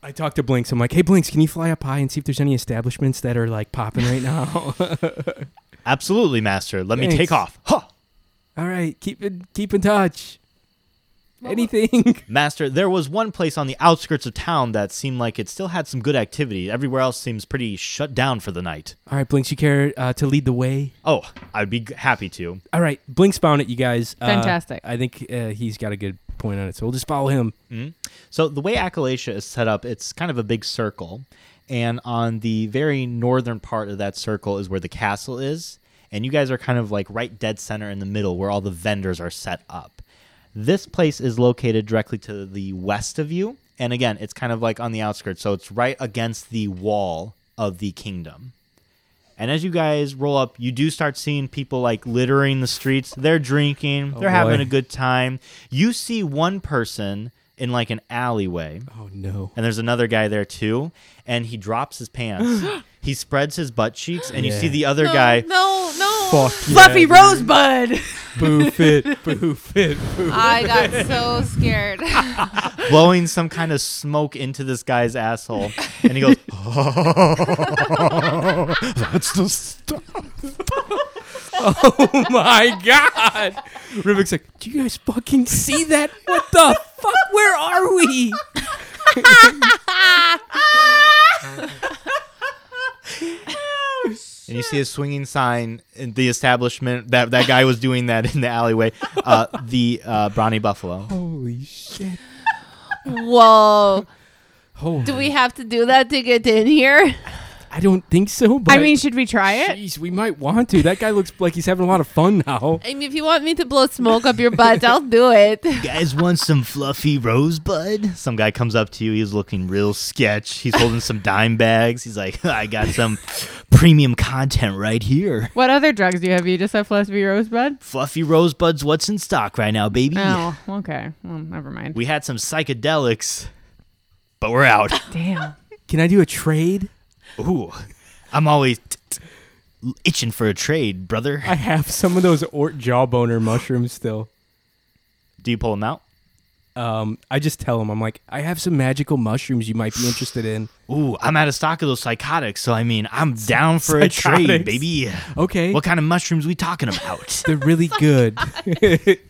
Speaker 4: I talked to Blinks. I'm like, hey, Blinks, can you fly up high and see if there's any establishments that are like popping right now?
Speaker 3: Absolutely, master. Let me
Speaker 4: Thanks.
Speaker 3: take off. Huh.
Speaker 4: All right, keep it, keep in touch. Anything?
Speaker 3: Master, there was one place on the outskirts of town that seemed like it still had some good activity. Everywhere else seems pretty shut down for the night.
Speaker 4: All right, Blinks, you care uh, to lead the way?
Speaker 3: Oh, I'd be g- happy to.
Speaker 4: All right, Blinks found it, you guys. Uh,
Speaker 6: Fantastic.
Speaker 4: I think uh, he's got a good point on it, so we'll just follow him.
Speaker 3: So, the way Akalacia is set up, it's kind of a big circle. And on the very northern part of that circle is where the castle is. And you guys are kind of like right dead center in the middle where all the vendors are set up. This place is located directly to the west of you. And again, it's kind of like on the outskirts. So, it's right against the wall of the kingdom. And as you guys roll up, you do start seeing people like littering the streets. They're drinking, they're having
Speaker 4: boy.
Speaker 3: a good time. You see one person in like an alleyway,
Speaker 4: Oh no!
Speaker 3: and there's another guy there too, and he drops his pants. he spreads his butt cheeks, and you see
Speaker 4: Yeah.
Speaker 3: the other
Speaker 5: No,
Speaker 3: guy.
Speaker 5: no, no.
Speaker 4: Fuck
Speaker 6: Fluffy Rosebud.
Speaker 4: Boo fit, boo fit, boo.
Speaker 5: I got so scared.
Speaker 3: blowing some kind of smoke into this guy's asshole, and he goes, "That's the stuff."
Speaker 4: Oh my god! Rivek's like, do you guys fucking see that? What the fuck? Where are we?
Speaker 3: And you see a swinging sign in the establishment that that guy was doing that in the alleyway. Uh, the uh, Brownie Buffalo.
Speaker 4: Holy shit!
Speaker 5: Whoa.
Speaker 4: Holy,
Speaker 5: Do we have to do that to get in here?
Speaker 4: I don't think so. But
Speaker 6: I mean, should we try
Speaker 5: Eh.
Speaker 6: it?
Speaker 4: Jeez, we might want to. That guy looks like he's having a lot of fun now.
Speaker 5: I mean, if you want me to blow smoke up your butt, I'll do it.
Speaker 3: guys want some fluffy rosebud? Some guy comes up to you. He's looking real sketch. He's holding some dime bags. He's like, I got some premium content right here.
Speaker 6: What other drugs do you have? You just have Fluffy Rosebud.
Speaker 3: Fluffy rosebuds, what's in stock right now, baby?
Speaker 6: Oh, okay. Well, never mind.
Speaker 3: We had some psychedelics, but we're out.
Speaker 6: Damn.
Speaker 4: Can I do a trade?
Speaker 3: Ooh, I'm always t- t- itching for a trade, brother.
Speaker 4: I have some of those Ort jawboner mushrooms still.
Speaker 3: Do you pull them out?
Speaker 4: Um, I just tell him, I'm like, I have some magical mushrooms you might be interested in.
Speaker 3: Ooh, I'm out of stock of those psychotics, so I mean, I'm down for a trade,
Speaker 4: Psychotics.
Speaker 3: baby.
Speaker 4: Okay,
Speaker 3: What kind of mushrooms we talking about?
Speaker 4: they're really good.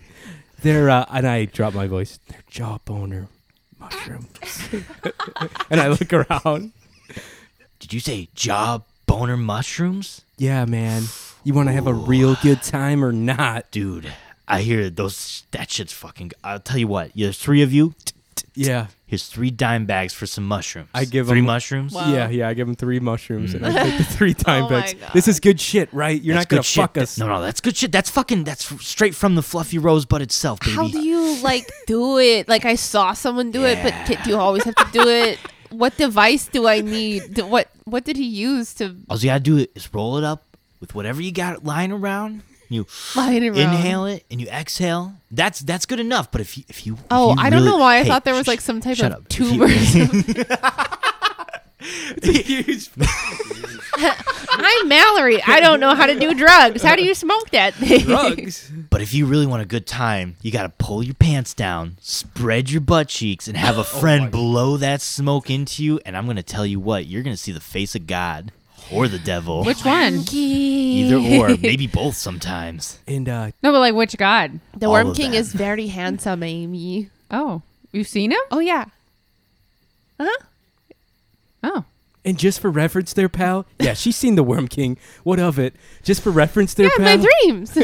Speaker 4: they're uh, and I drop my voice. They're jawboner mushrooms, and I look around.
Speaker 3: Did you say jaw boner mushrooms?
Speaker 4: Yeah, man, you want to have a real good time or not?
Speaker 3: Dude, I hear those. That shit's fucking. I'll tell you what. There's three of you.
Speaker 4: Yeah,
Speaker 3: Here's three dime bags for some mushrooms.
Speaker 4: I give
Speaker 3: three
Speaker 4: 'em-
Speaker 3: mushrooms.
Speaker 5: Wow.
Speaker 4: yeah, yeah. I give him three mushrooms and I take the three time
Speaker 5: Oh my
Speaker 4: bags. This is good shit, right? You're
Speaker 3: That's
Speaker 4: not gonna
Speaker 3: good shit.
Speaker 4: fuck
Speaker 3: That-
Speaker 4: us.
Speaker 3: No, no, that's good shit. That's fucking. That's f- straight from the fluffy rosebud itself, baby.
Speaker 5: How do you like do it? Like I saw someone do it, but ca- do you always have to do it? What device do I need? Do- What what did he use to
Speaker 3: All you gotta do is roll it up with whatever you got lying around. You
Speaker 5: line around?
Speaker 3: inhale it and you exhale. That's that's good enough. But if you if you if
Speaker 5: Oh,
Speaker 3: you
Speaker 5: I don't
Speaker 3: really-
Speaker 5: know why I
Speaker 3: hey,
Speaker 5: thought there was
Speaker 3: sh-
Speaker 5: like some type
Speaker 3: shut
Speaker 5: of
Speaker 3: up. If you-
Speaker 5: tuber. I'm Mallory. I don't know how to do drugs. How do you smoke that thing?
Speaker 4: Drugs.
Speaker 3: But if you really want a good time, you gotta pull your pants down, spread your butt cheeks, and have a friend blow that smoke into you. And I'm gonna tell you what, you're gonna see the face of God or the devil,
Speaker 6: Which one?
Speaker 3: either or, maybe both sometimes.
Speaker 4: and uh,
Speaker 6: No, but like which god?
Speaker 5: The
Speaker 3: All
Speaker 5: Worm
Speaker 3: of
Speaker 5: King
Speaker 3: them.
Speaker 5: is very handsome, Amy.
Speaker 6: Oh, you've seen him?
Speaker 5: Oh yeah.
Speaker 6: Oh,
Speaker 4: And just for reference, there, pal. Yeah, she's seen the Worm King. What of it? Just for reference, there,
Speaker 5: Yeah,
Speaker 4: pal.
Speaker 5: my dreams.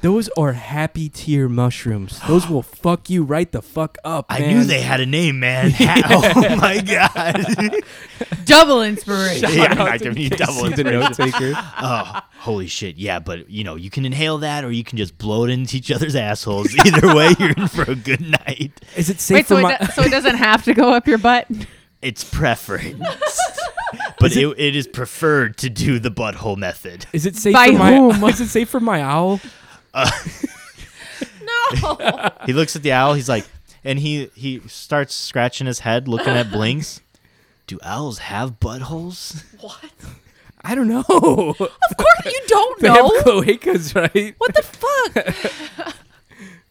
Speaker 4: Those are happy tier mushrooms. Those will fuck you right the fuck up.
Speaker 3: I
Speaker 4: man.
Speaker 3: knew they had a name, man. Oh my god!
Speaker 6: Double inspiration.
Speaker 3: yeah, I give you double.
Speaker 4: See the note taker.
Speaker 3: Oh, holy shit! Yeah, but you know, you can inhale that, or you can just blow it into each other's assholes. Either way, you're in for a good night.
Speaker 4: Is it safe
Speaker 6: Wait,
Speaker 4: for
Speaker 6: so
Speaker 4: my?
Speaker 6: it, do- so it doesn't have to go up your butt?
Speaker 3: It's preference, but it, it is preferred to do the butthole method.
Speaker 4: is it safe
Speaker 6: By
Speaker 4: for my?
Speaker 6: whom?
Speaker 4: Is it safe for my owl?
Speaker 3: He looks at the owl. He's like, and he he starts scratching his head, looking at Blinks. Do owls have buttholes?
Speaker 4: I don't know.
Speaker 5: of course you don't
Speaker 4: They
Speaker 5: know.
Speaker 4: have cloacas, right?
Speaker 5: What the fuck?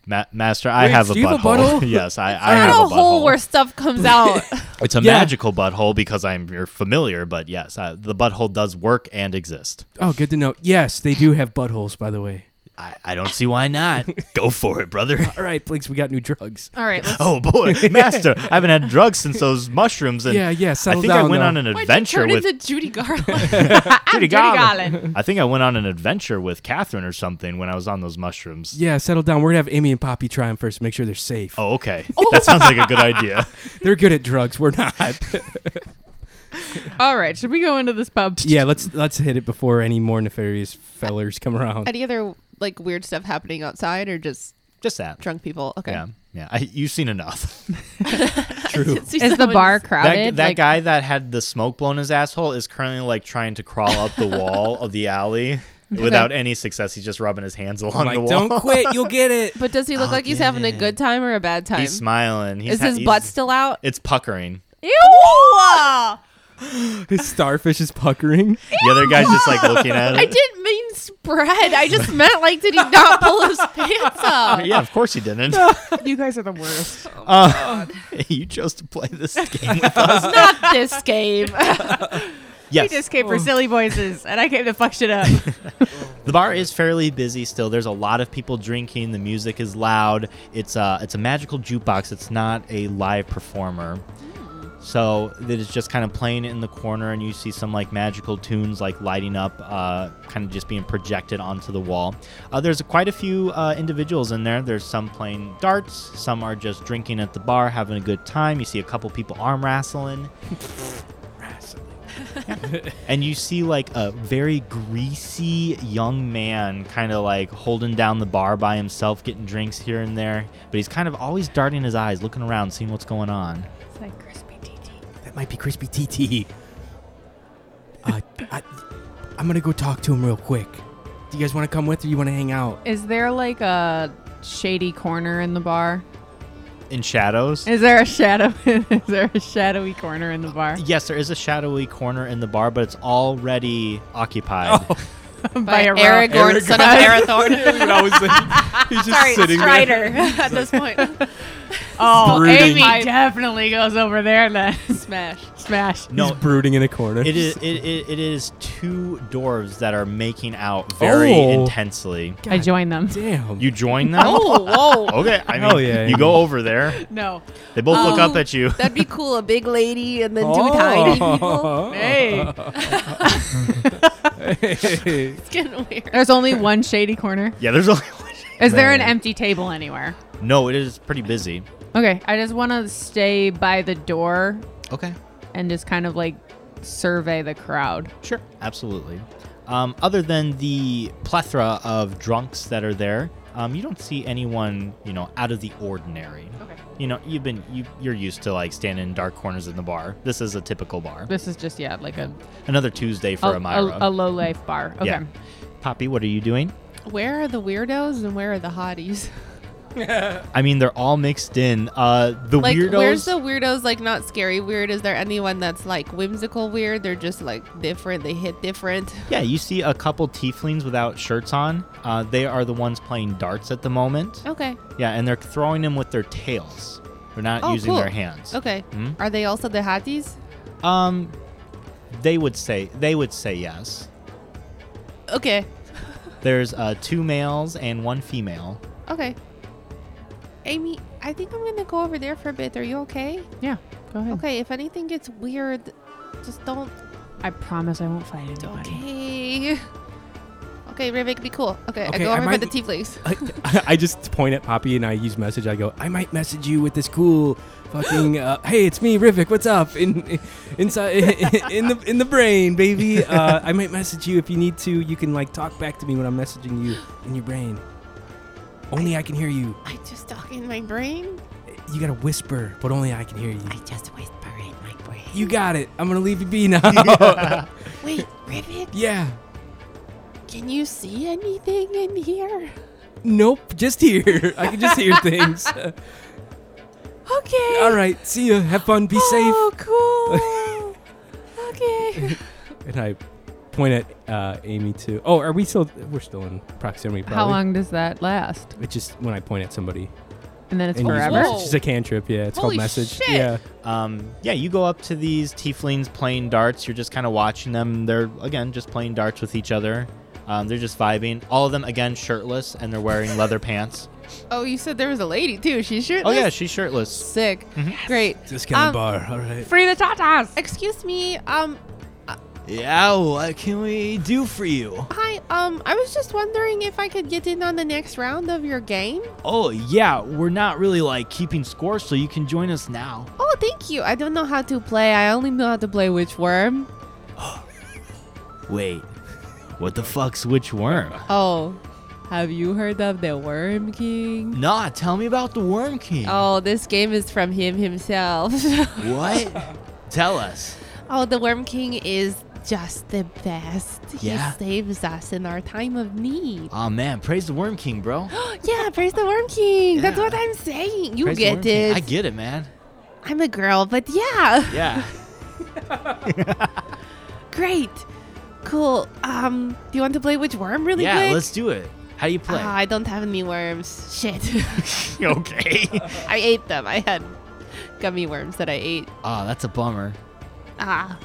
Speaker 3: Ma- Master, I
Speaker 4: Wait,
Speaker 3: have a
Speaker 4: do you have a
Speaker 3: butthole.
Speaker 4: butthole?
Speaker 3: yes, I, I
Speaker 5: Not
Speaker 3: have
Speaker 5: a,
Speaker 3: a butthole.
Speaker 5: hole where stuff comes out.
Speaker 3: It's a
Speaker 4: Yeah.
Speaker 3: magical butthole because I'm you're familiar, but yes, uh, the butthole does work and exist.
Speaker 4: Oh, good to know. Yes, they do have buttholes, by the way.
Speaker 3: I, I don't see why not. Go for it, brother.
Speaker 4: All right, Blinks, we got new drugs.
Speaker 6: All right. Let's,
Speaker 3: Oh boy, master! I haven't had drugs since those mushrooms, and
Speaker 4: Yeah, yeah,
Speaker 3: I
Speaker 4: settle
Speaker 3: think I
Speaker 4: down,
Speaker 3: went
Speaker 4: though.
Speaker 3: on an
Speaker 5: Why'd
Speaker 3: adventure
Speaker 5: you turn
Speaker 3: with.
Speaker 5: into Judy Garland?
Speaker 3: Judy
Speaker 6: Garland.
Speaker 3: I think I went on an adventure with Catherine or something when I was on those mushrooms.
Speaker 4: Yeah, settle down. We're gonna have Amy and Poppy try them first. Make sure they're safe.
Speaker 3: Oh, okay. That sounds like a good idea.
Speaker 4: They're good at drugs. We're not.
Speaker 6: all right. Should we go into this pub?
Speaker 4: yeah, let's let's hit it before any more nefarious fellers come around.
Speaker 5: Any other like weird stuff happening outside or just
Speaker 3: Just that.
Speaker 5: drunk people? Okay.
Speaker 3: Yeah, yeah. I, you've seen enough.
Speaker 4: True.
Speaker 6: Is the bar
Speaker 3: That,
Speaker 6: crowded?
Speaker 3: that
Speaker 6: Like,
Speaker 3: guy that had the smoke blown in his asshole is currently like trying to crawl up the wall of the alley without any success. He's just rubbing his hands along
Speaker 4: Like,
Speaker 3: the wall.
Speaker 4: don't quit. You'll get it.
Speaker 5: But does he look
Speaker 3: Oh,
Speaker 5: like he's
Speaker 3: yeah.
Speaker 5: having a good time or a bad time?
Speaker 3: He's smiling. He's
Speaker 5: Is
Speaker 3: ha-
Speaker 5: his
Speaker 3: he's-
Speaker 5: butt still out?
Speaker 3: It's puckering.
Speaker 5: Ew!
Speaker 4: His starfish is puckering.
Speaker 3: The other guy's just like looking at
Speaker 5: I
Speaker 3: it.
Speaker 5: didn't mean spread. I just meant like, did he not pull his pants up?
Speaker 3: Yeah, of course he didn't.
Speaker 1: you guys are the worst.
Speaker 3: Uh, you chose to play this game with us.
Speaker 5: Not this game.
Speaker 6: we
Speaker 3: Yes.
Speaker 6: just came for silly voices, and I came to fuck shit up.
Speaker 3: The bar is fairly busy still. There's a lot of people drinking. The music is loud. It's a it's a magical jukebox. It's not a live performer. So it is just kind of playing in the corner, and you see some like magical tunes like lighting up, uh, kind of just being projected onto the wall. Uh, there's quite a few uh, individuals in there. There's some playing darts, some are just drinking at the bar, having a good time. You see a couple people arm wrestling. and you see like a very greasy young man kind of like holding down the bar by himself getting drinks here and there but he's kind of always darting his eyes looking around seeing what's going on
Speaker 6: It's like crispy TT.
Speaker 4: That might be crispy TT. Uh, I, I'm gonna go talk to him real quick. Do you guys want to come with, or you want to hang out?
Speaker 6: Is there like a shady corner in the bar?
Speaker 3: in shadows
Speaker 6: Is there a shadow? is there a shadowy corner in the bar?
Speaker 3: yes there is a shadowy corner in the bar but it's already occupied
Speaker 5: By
Speaker 6: a row-
Speaker 5: Aragorn, son of Arathorn.
Speaker 4: He's just
Speaker 5: Sorry, Strider at this point.
Speaker 6: Oh,
Speaker 4: brooding.
Speaker 6: Amy definitely goes over there then.
Speaker 5: Smash.
Speaker 6: Smash.
Speaker 3: no
Speaker 4: brooding in a corner.
Speaker 3: it is it, it, it is two dwarves that are making out very
Speaker 4: Oh.
Speaker 3: intensely
Speaker 6: I join them.
Speaker 4: Damn.
Speaker 3: you join them
Speaker 5: Oh, whoa.
Speaker 3: okay i mean
Speaker 4: Hell yeah.
Speaker 3: you go over there
Speaker 6: No.
Speaker 3: they both look
Speaker 5: Oh.
Speaker 3: up at you
Speaker 5: That'd be cool. A big lady and then two tiny people.
Speaker 4: Oh.
Speaker 6: Hey.
Speaker 4: Hey.
Speaker 5: It's getting weird.
Speaker 6: There's only one shady corner.
Speaker 3: yeah there's only one
Speaker 6: Is there an
Speaker 4: Man.
Speaker 6: empty table anywhere?
Speaker 3: No, it is pretty busy.
Speaker 6: Okay, I just want to stay by the door
Speaker 3: Okay.
Speaker 6: and just kind of like survey the crowd.
Speaker 3: Sure. Absolutely. Um, other than the plethora of drunks that are there, um, you don't see anyone, you know, out of the ordinary.
Speaker 6: Okay.
Speaker 3: You know, you've been you, you're used to like standing in dark corners in the bar. This is a typical bar.
Speaker 6: This is just yeah, like a
Speaker 3: Another Tuesday
Speaker 6: a,
Speaker 5: Oh,
Speaker 3: for Amira.
Speaker 6: a- a low life bar. Okay.
Speaker 3: Yeah. Poppy, what are you doing?
Speaker 5: Where are the weirdos and where are the hotties?
Speaker 3: I mean, they're all mixed in. Uh, the
Speaker 5: Like,
Speaker 3: weirdos.
Speaker 5: where's the weirdos? Like, not scary weird. Is there anyone that's like whimsical weird? They're just like different. They hit different.
Speaker 3: yeah, you see a couple tieflings without shirts on. Uh, they are the ones playing darts at the moment.
Speaker 5: Okay.
Speaker 3: Yeah, and they're throwing them with their tails. They're not
Speaker 5: Oh,
Speaker 3: using
Speaker 5: cool.
Speaker 3: their hands.
Speaker 5: Okay.
Speaker 3: Hmm?
Speaker 5: Are they also the hotties?
Speaker 3: Um, they would say they would say yes.
Speaker 5: Okay.
Speaker 3: There's uh, two males and one female.
Speaker 5: Okay. Amy, I think I'm gonna go over there for a bit. Are you okay?
Speaker 6: Yeah. Go ahead.
Speaker 5: Okay, if anything gets weird, Just don't.
Speaker 6: I promise I won't fight anybody.
Speaker 5: Okay. Okay, Rivik, be cool. Okay, I
Speaker 4: Okay,
Speaker 5: go
Speaker 4: I
Speaker 5: over by
Speaker 4: might-
Speaker 5: the tea place.
Speaker 4: I, I just point at Poppy and I use message. I go, I might message you with this cool fucking. Uh, hey, it's me, Rivik. What's up? In, in inside in the in the brain, baby. Uh, I might message you if you need to. You can like talk back to me when I'm messaging you in your brain. Only I can hear you.
Speaker 5: I just talk in my brain.
Speaker 4: You gotta whisper, but only I can hear you.
Speaker 5: I just whisper in my brain.
Speaker 4: You got it. I'm gonna leave you be now.
Speaker 5: Wait, Rivik,
Speaker 4: yeah.
Speaker 5: can you see anything in here?
Speaker 4: Nope. Just here. I can just hear things.
Speaker 5: Okay.
Speaker 4: All right. See ya. Have fun. Be safe.
Speaker 5: Oh, cool. okay.
Speaker 4: And I point at uh, Amy too. Oh, are we still? We're still in proximity. Probably.
Speaker 6: How long does that last?
Speaker 4: It's just when I point at somebody.
Speaker 6: And then it's
Speaker 4: and use
Speaker 6: forever.
Speaker 4: message. It's a cantrip. Yeah, it's
Speaker 5: Holy
Speaker 4: called message.
Speaker 5: shit.
Speaker 4: Yeah.
Speaker 3: Um, yeah, you go up to these tieflings playing darts. You're just kind of watching them. They're again just playing darts with each other. Um, they're just vibing. All of them again shirtless, and they're wearing leather pants.
Speaker 5: Oh, you said there was a lady too. She's shirtless.
Speaker 3: Oh yeah, Mm-hmm. she's shirtless.
Speaker 5: Sick. Great.
Speaker 4: This
Speaker 5: kind of Um,
Speaker 4: bar. All right.
Speaker 6: Free the tatas.
Speaker 5: Excuse me. Um,
Speaker 3: Yeah, what can we do for you?
Speaker 5: hi. Um, I was just wondering if I could get in on the next round of your game.
Speaker 3: Oh yeah, we're not really like keeping score, so you can join us now.
Speaker 5: Oh, thank you. I don't know how to play. I only know how to play Witch Worm.
Speaker 3: Wait, what the fuck's which worm?
Speaker 5: Oh, have you heard of the Worm King?
Speaker 3: Nah, tell me about the worm king.
Speaker 5: Oh, this game is from him himself.
Speaker 3: What? tell us.
Speaker 5: oh, the Worm King is just the best.
Speaker 3: Yeah.
Speaker 5: He saves us in our time of need.
Speaker 3: Oh man, praise the worm king, bro.
Speaker 5: Yeah, praise the Worm King. That's
Speaker 3: Yeah.
Speaker 5: what I'm saying. You
Speaker 3: Praise the Worm
Speaker 5: get
Speaker 3: King.
Speaker 5: it.
Speaker 3: I get it, man.
Speaker 5: I'm a girl, but yeah.
Speaker 3: Yeah.
Speaker 5: Great. Cool. Um, do you want to play which worm really
Speaker 3: yeah,
Speaker 5: quick?
Speaker 3: let's do it. How do you play?
Speaker 5: Ah, I don't have any worms. Shit.
Speaker 3: okay.
Speaker 5: I ate them. I had gummy worms that I ate.
Speaker 3: oh, that's a bummer.
Speaker 5: Ah.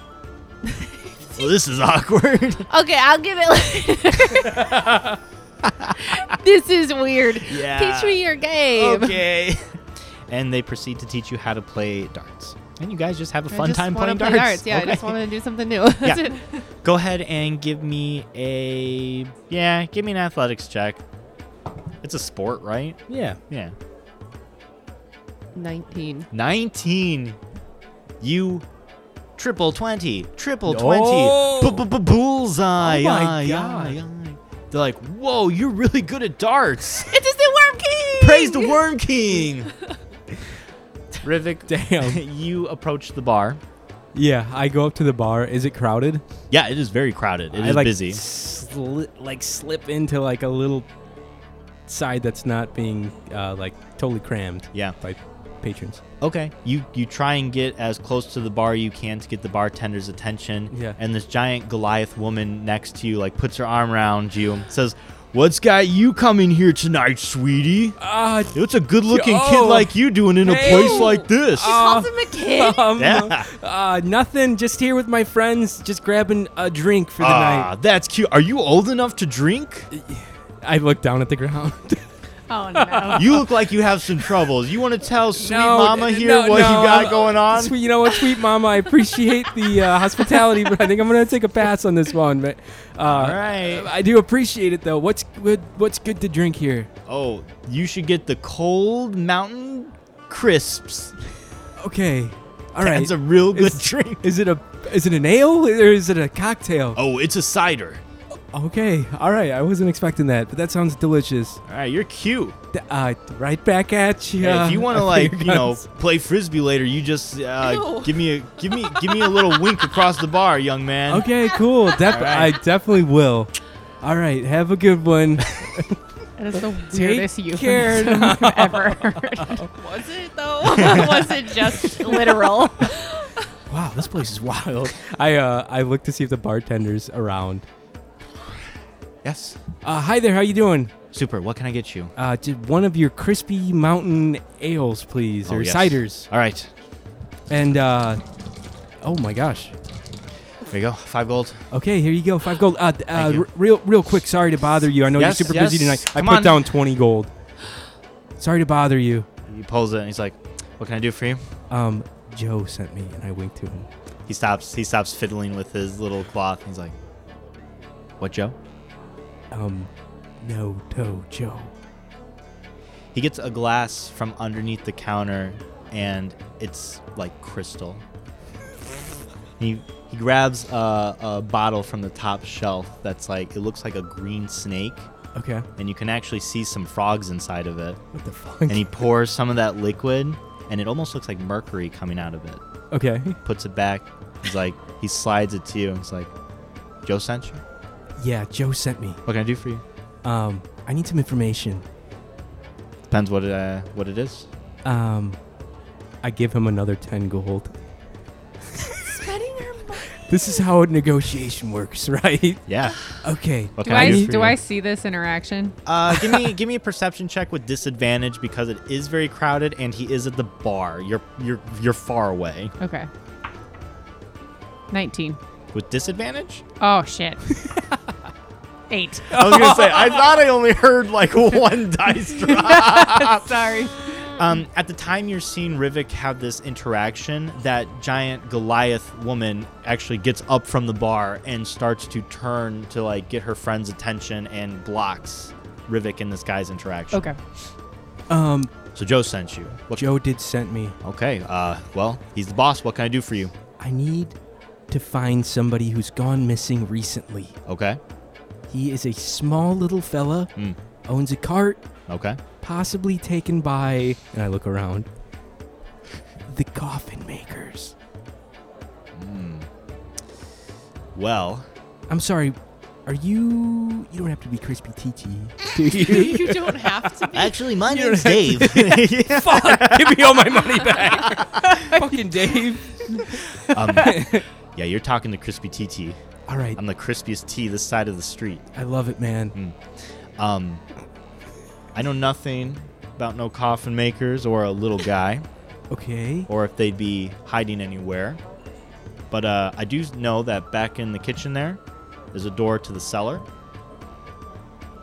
Speaker 3: Well, this is awkward.
Speaker 5: Okay, I'll give it later. this is weird.
Speaker 3: Yeah.
Speaker 5: Teach me your game.
Speaker 3: okay. And they proceed to teach you how to play darts. And you guys just have a
Speaker 5: I
Speaker 3: fun
Speaker 5: just
Speaker 3: time
Speaker 5: wanna
Speaker 3: playing
Speaker 5: play
Speaker 3: darts.
Speaker 5: Yeah, I
Speaker 3: Okay.
Speaker 5: just wanted to do something new. That's
Speaker 3: Yeah.
Speaker 5: it.
Speaker 3: Go ahead and give me a yeah, give me an athletics check. It's a sport, right?
Speaker 4: Yeah.
Speaker 3: Yeah.
Speaker 5: 19.
Speaker 3: 19. You triple 20. Triple
Speaker 4: No.
Speaker 3: 20. Bu- bu- bu- Bullseye.
Speaker 4: Oh my
Speaker 3: Aye,
Speaker 4: God.
Speaker 3: aye, aye. They're like, whoa, you're really good at darts.
Speaker 5: It is the Worm King!
Speaker 3: Praise the Worm King. Rivik,
Speaker 4: Damn.
Speaker 3: you approach the bar.
Speaker 4: Yeah. I go up to the bar. Is it crowded?
Speaker 3: Yeah, it is very crowded. It
Speaker 4: I,
Speaker 3: is
Speaker 4: like,
Speaker 3: busy.
Speaker 4: sli- like slip into like a little side that's not being uh, like totally crammed
Speaker 3: Yeah.
Speaker 4: by patrons.
Speaker 3: Okay. You you try and get as close to the bar you can to get the bartender's attention.
Speaker 4: Yeah.
Speaker 3: And this giant Goliath woman next to you like puts her arm around you, says, "What's got you coming here tonight, sweetie?
Speaker 4: Ah.
Speaker 3: It's a good-looking
Speaker 4: Yo.
Speaker 3: kid like you doing in a
Speaker 4: Hey.
Speaker 3: place like this."
Speaker 4: Ah.
Speaker 5: Calls him a kid?
Speaker 4: Um,
Speaker 3: Yeah.
Speaker 4: uh, nothing. Just here with my friends. Just grabbing a drink for the
Speaker 3: Ah, that's cute. Are you old enough to drink?
Speaker 4: night. I look down at the ground.
Speaker 6: Oh no.
Speaker 3: You look like you have some troubles. You want to tell sweet
Speaker 4: No,
Speaker 3: mama
Speaker 4: n-
Speaker 3: here
Speaker 4: no,
Speaker 3: what
Speaker 4: no.
Speaker 3: you got going on?
Speaker 4: Sweet, you know what, sweet mama, I appreciate the uh, hospitality, but I think I'm gonna take a pass on this one. But uh,
Speaker 3: All right.
Speaker 4: I do appreciate it though. What's good? What's good to drink here?
Speaker 3: Oh, you should get the cold mountain crisps.
Speaker 4: Okay, all right.
Speaker 3: That's a real good
Speaker 4: It's-
Speaker 3: drink.
Speaker 4: is it a is it an ale or is it a cocktail?
Speaker 3: Oh, it's a cider.
Speaker 4: Okay, all right. I wasn't expecting that, but that sounds delicious.
Speaker 3: All right, you're cute.
Speaker 4: D- Uh, right back at you.
Speaker 3: Hey, if you want to like, you know, play frisbee later, you just uh,
Speaker 5: Ew.
Speaker 3: give me a give me give me a little wink across the bar, young man.
Speaker 4: Okay, cool. Def-
Speaker 3: right.
Speaker 4: I definitely will. All right, have a good one.
Speaker 6: That is the
Speaker 4: Take
Speaker 6: weirdest
Speaker 4: care
Speaker 6: euphemism I've ever heard.
Speaker 5: Was it though? Was it just literal?
Speaker 4: Wow, this place is wild. I uh, I look to see if the bartender's around.
Speaker 3: Yes.
Speaker 4: Uh, hi there, how you doing?
Speaker 3: Super. What can I get you?
Speaker 4: Uh, did one of your crispy mountain ales, please,
Speaker 3: Oh,
Speaker 4: or
Speaker 3: yes.
Speaker 4: ciders.
Speaker 3: All right.
Speaker 4: And uh, oh my gosh.
Speaker 3: There you go. Five gold.
Speaker 4: Okay, here you go, five gold. Uh, d- uh,
Speaker 3: you.
Speaker 4: r- real real quick, sorry to bother you. I know
Speaker 3: Yes,
Speaker 4: you're super
Speaker 3: yes,
Speaker 4: busy tonight. I
Speaker 3: come
Speaker 4: put
Speaker 3: on.
Speaker 4: down twenty gold. Sorry to bother you.
Speaker 3: He pulls it and he's like, "What can I do for you?"
Speaker 4: Um, Joe sent me, and I winked to him.
Speaker 3: He stops. He stops fiddling with his little cloth. He's like, "What, Joe?"
Speaker 4: Um, no, no, Joe.
Speaker 3: He gets a glass from underneath the counter, and it's like crystal. He he grabs a, a bottle from the top shelf. That's like it looks like a green snake,
Speaker 4: Okay.
Speaker 3: and you can actually see some frogs inside of it.
Speaker 4: What the fuck?
Speaker 3: And he pours some of that liquid, and it almost looks like mercury coming out of it.
Speaker 4: okay.
Speaker 3: Puts it back. He's like he slides it to you, and it's like, "Joe sent you.
Speaker 4: Yeah, Joe sent me.
Speaker 3: What can I do for you?"
Speaker 4: Um, I need some information.
Speaker 3: Depends what it, uh, what it is.
Speaker 4: Um, I give him another 10 gold.
Speaker 5: Spending her money.
Speaker 4: This is how a negotiation works, right?
Speaker 3: Yeah.
Speaker 4: Okay.
Speaker 3: What
Speaker 6: Do
Speaker 3: can
Speaker 6: I,
Speaker 3: I, do for
Speaker 6: do
Speaker 3: you?
Speaker 6: I see this interaction?
Speaker 3: Uh, give me give me a perception check with disadvantage because it is very crowded and he is at the bar. You're you're you're far away.
Speaker 6: Okay. 19.
Speaker 3: With disadvantage?
Speaker 6: Oh, shit. Eight.
Speaker 3: I was gonna say I thought I only heard like one dice drop.
Speaker 6: Sorry.
Speaker 3: Um, at the time you're seeing Rivik have this interaction, that giant Goliath woman actually gets up from the bar and starts to turn to like get her friend's attention and blocks Rivik and this guy's interaction.
Speaker 6: Okay.
Speaker 4: Um,
Speaker 3: So Joe sent you. What-
Speaker 4: Joe did sent me.
Speaker 3: Okay. Uh, well, he's the boss. What can I do for you?
Speaker 4: I need to find somebody who's gone missing recently.
Speaker 3: Okay.
Speaker 4: He is a small little fella,
Speaker 3: Mm.
Speaker 4: owns a cart,
Speaker 3: Okay.
Speaker 4: possibly taken by, and I look around, the coffin makers.
Speaker 3: Well,
Speaker 4: I'm sorry, are you. You don't have to be crispy TT.
Speaker 5: you don't have to be.
Speaker 3: actually, my name's Dave. Yeah.
Speaker 4: Fuck! Give me all my money back! Fucking Dave!
Speaker 3: um, yeah, you're talking to Crispy TT.
Speaker 4: Alright,
Speaker 3: I'm the crispiest T this side of the street.
Speaker 4: I love it, man.
Speaker 3: Um, I know nothing about no coffin makers or a little guy
Speaker 4: Okay.
Speaker 3: or if they'd be hiding anywhere. But uh, I do know that back in the kitchen there, there's a door to the cellar.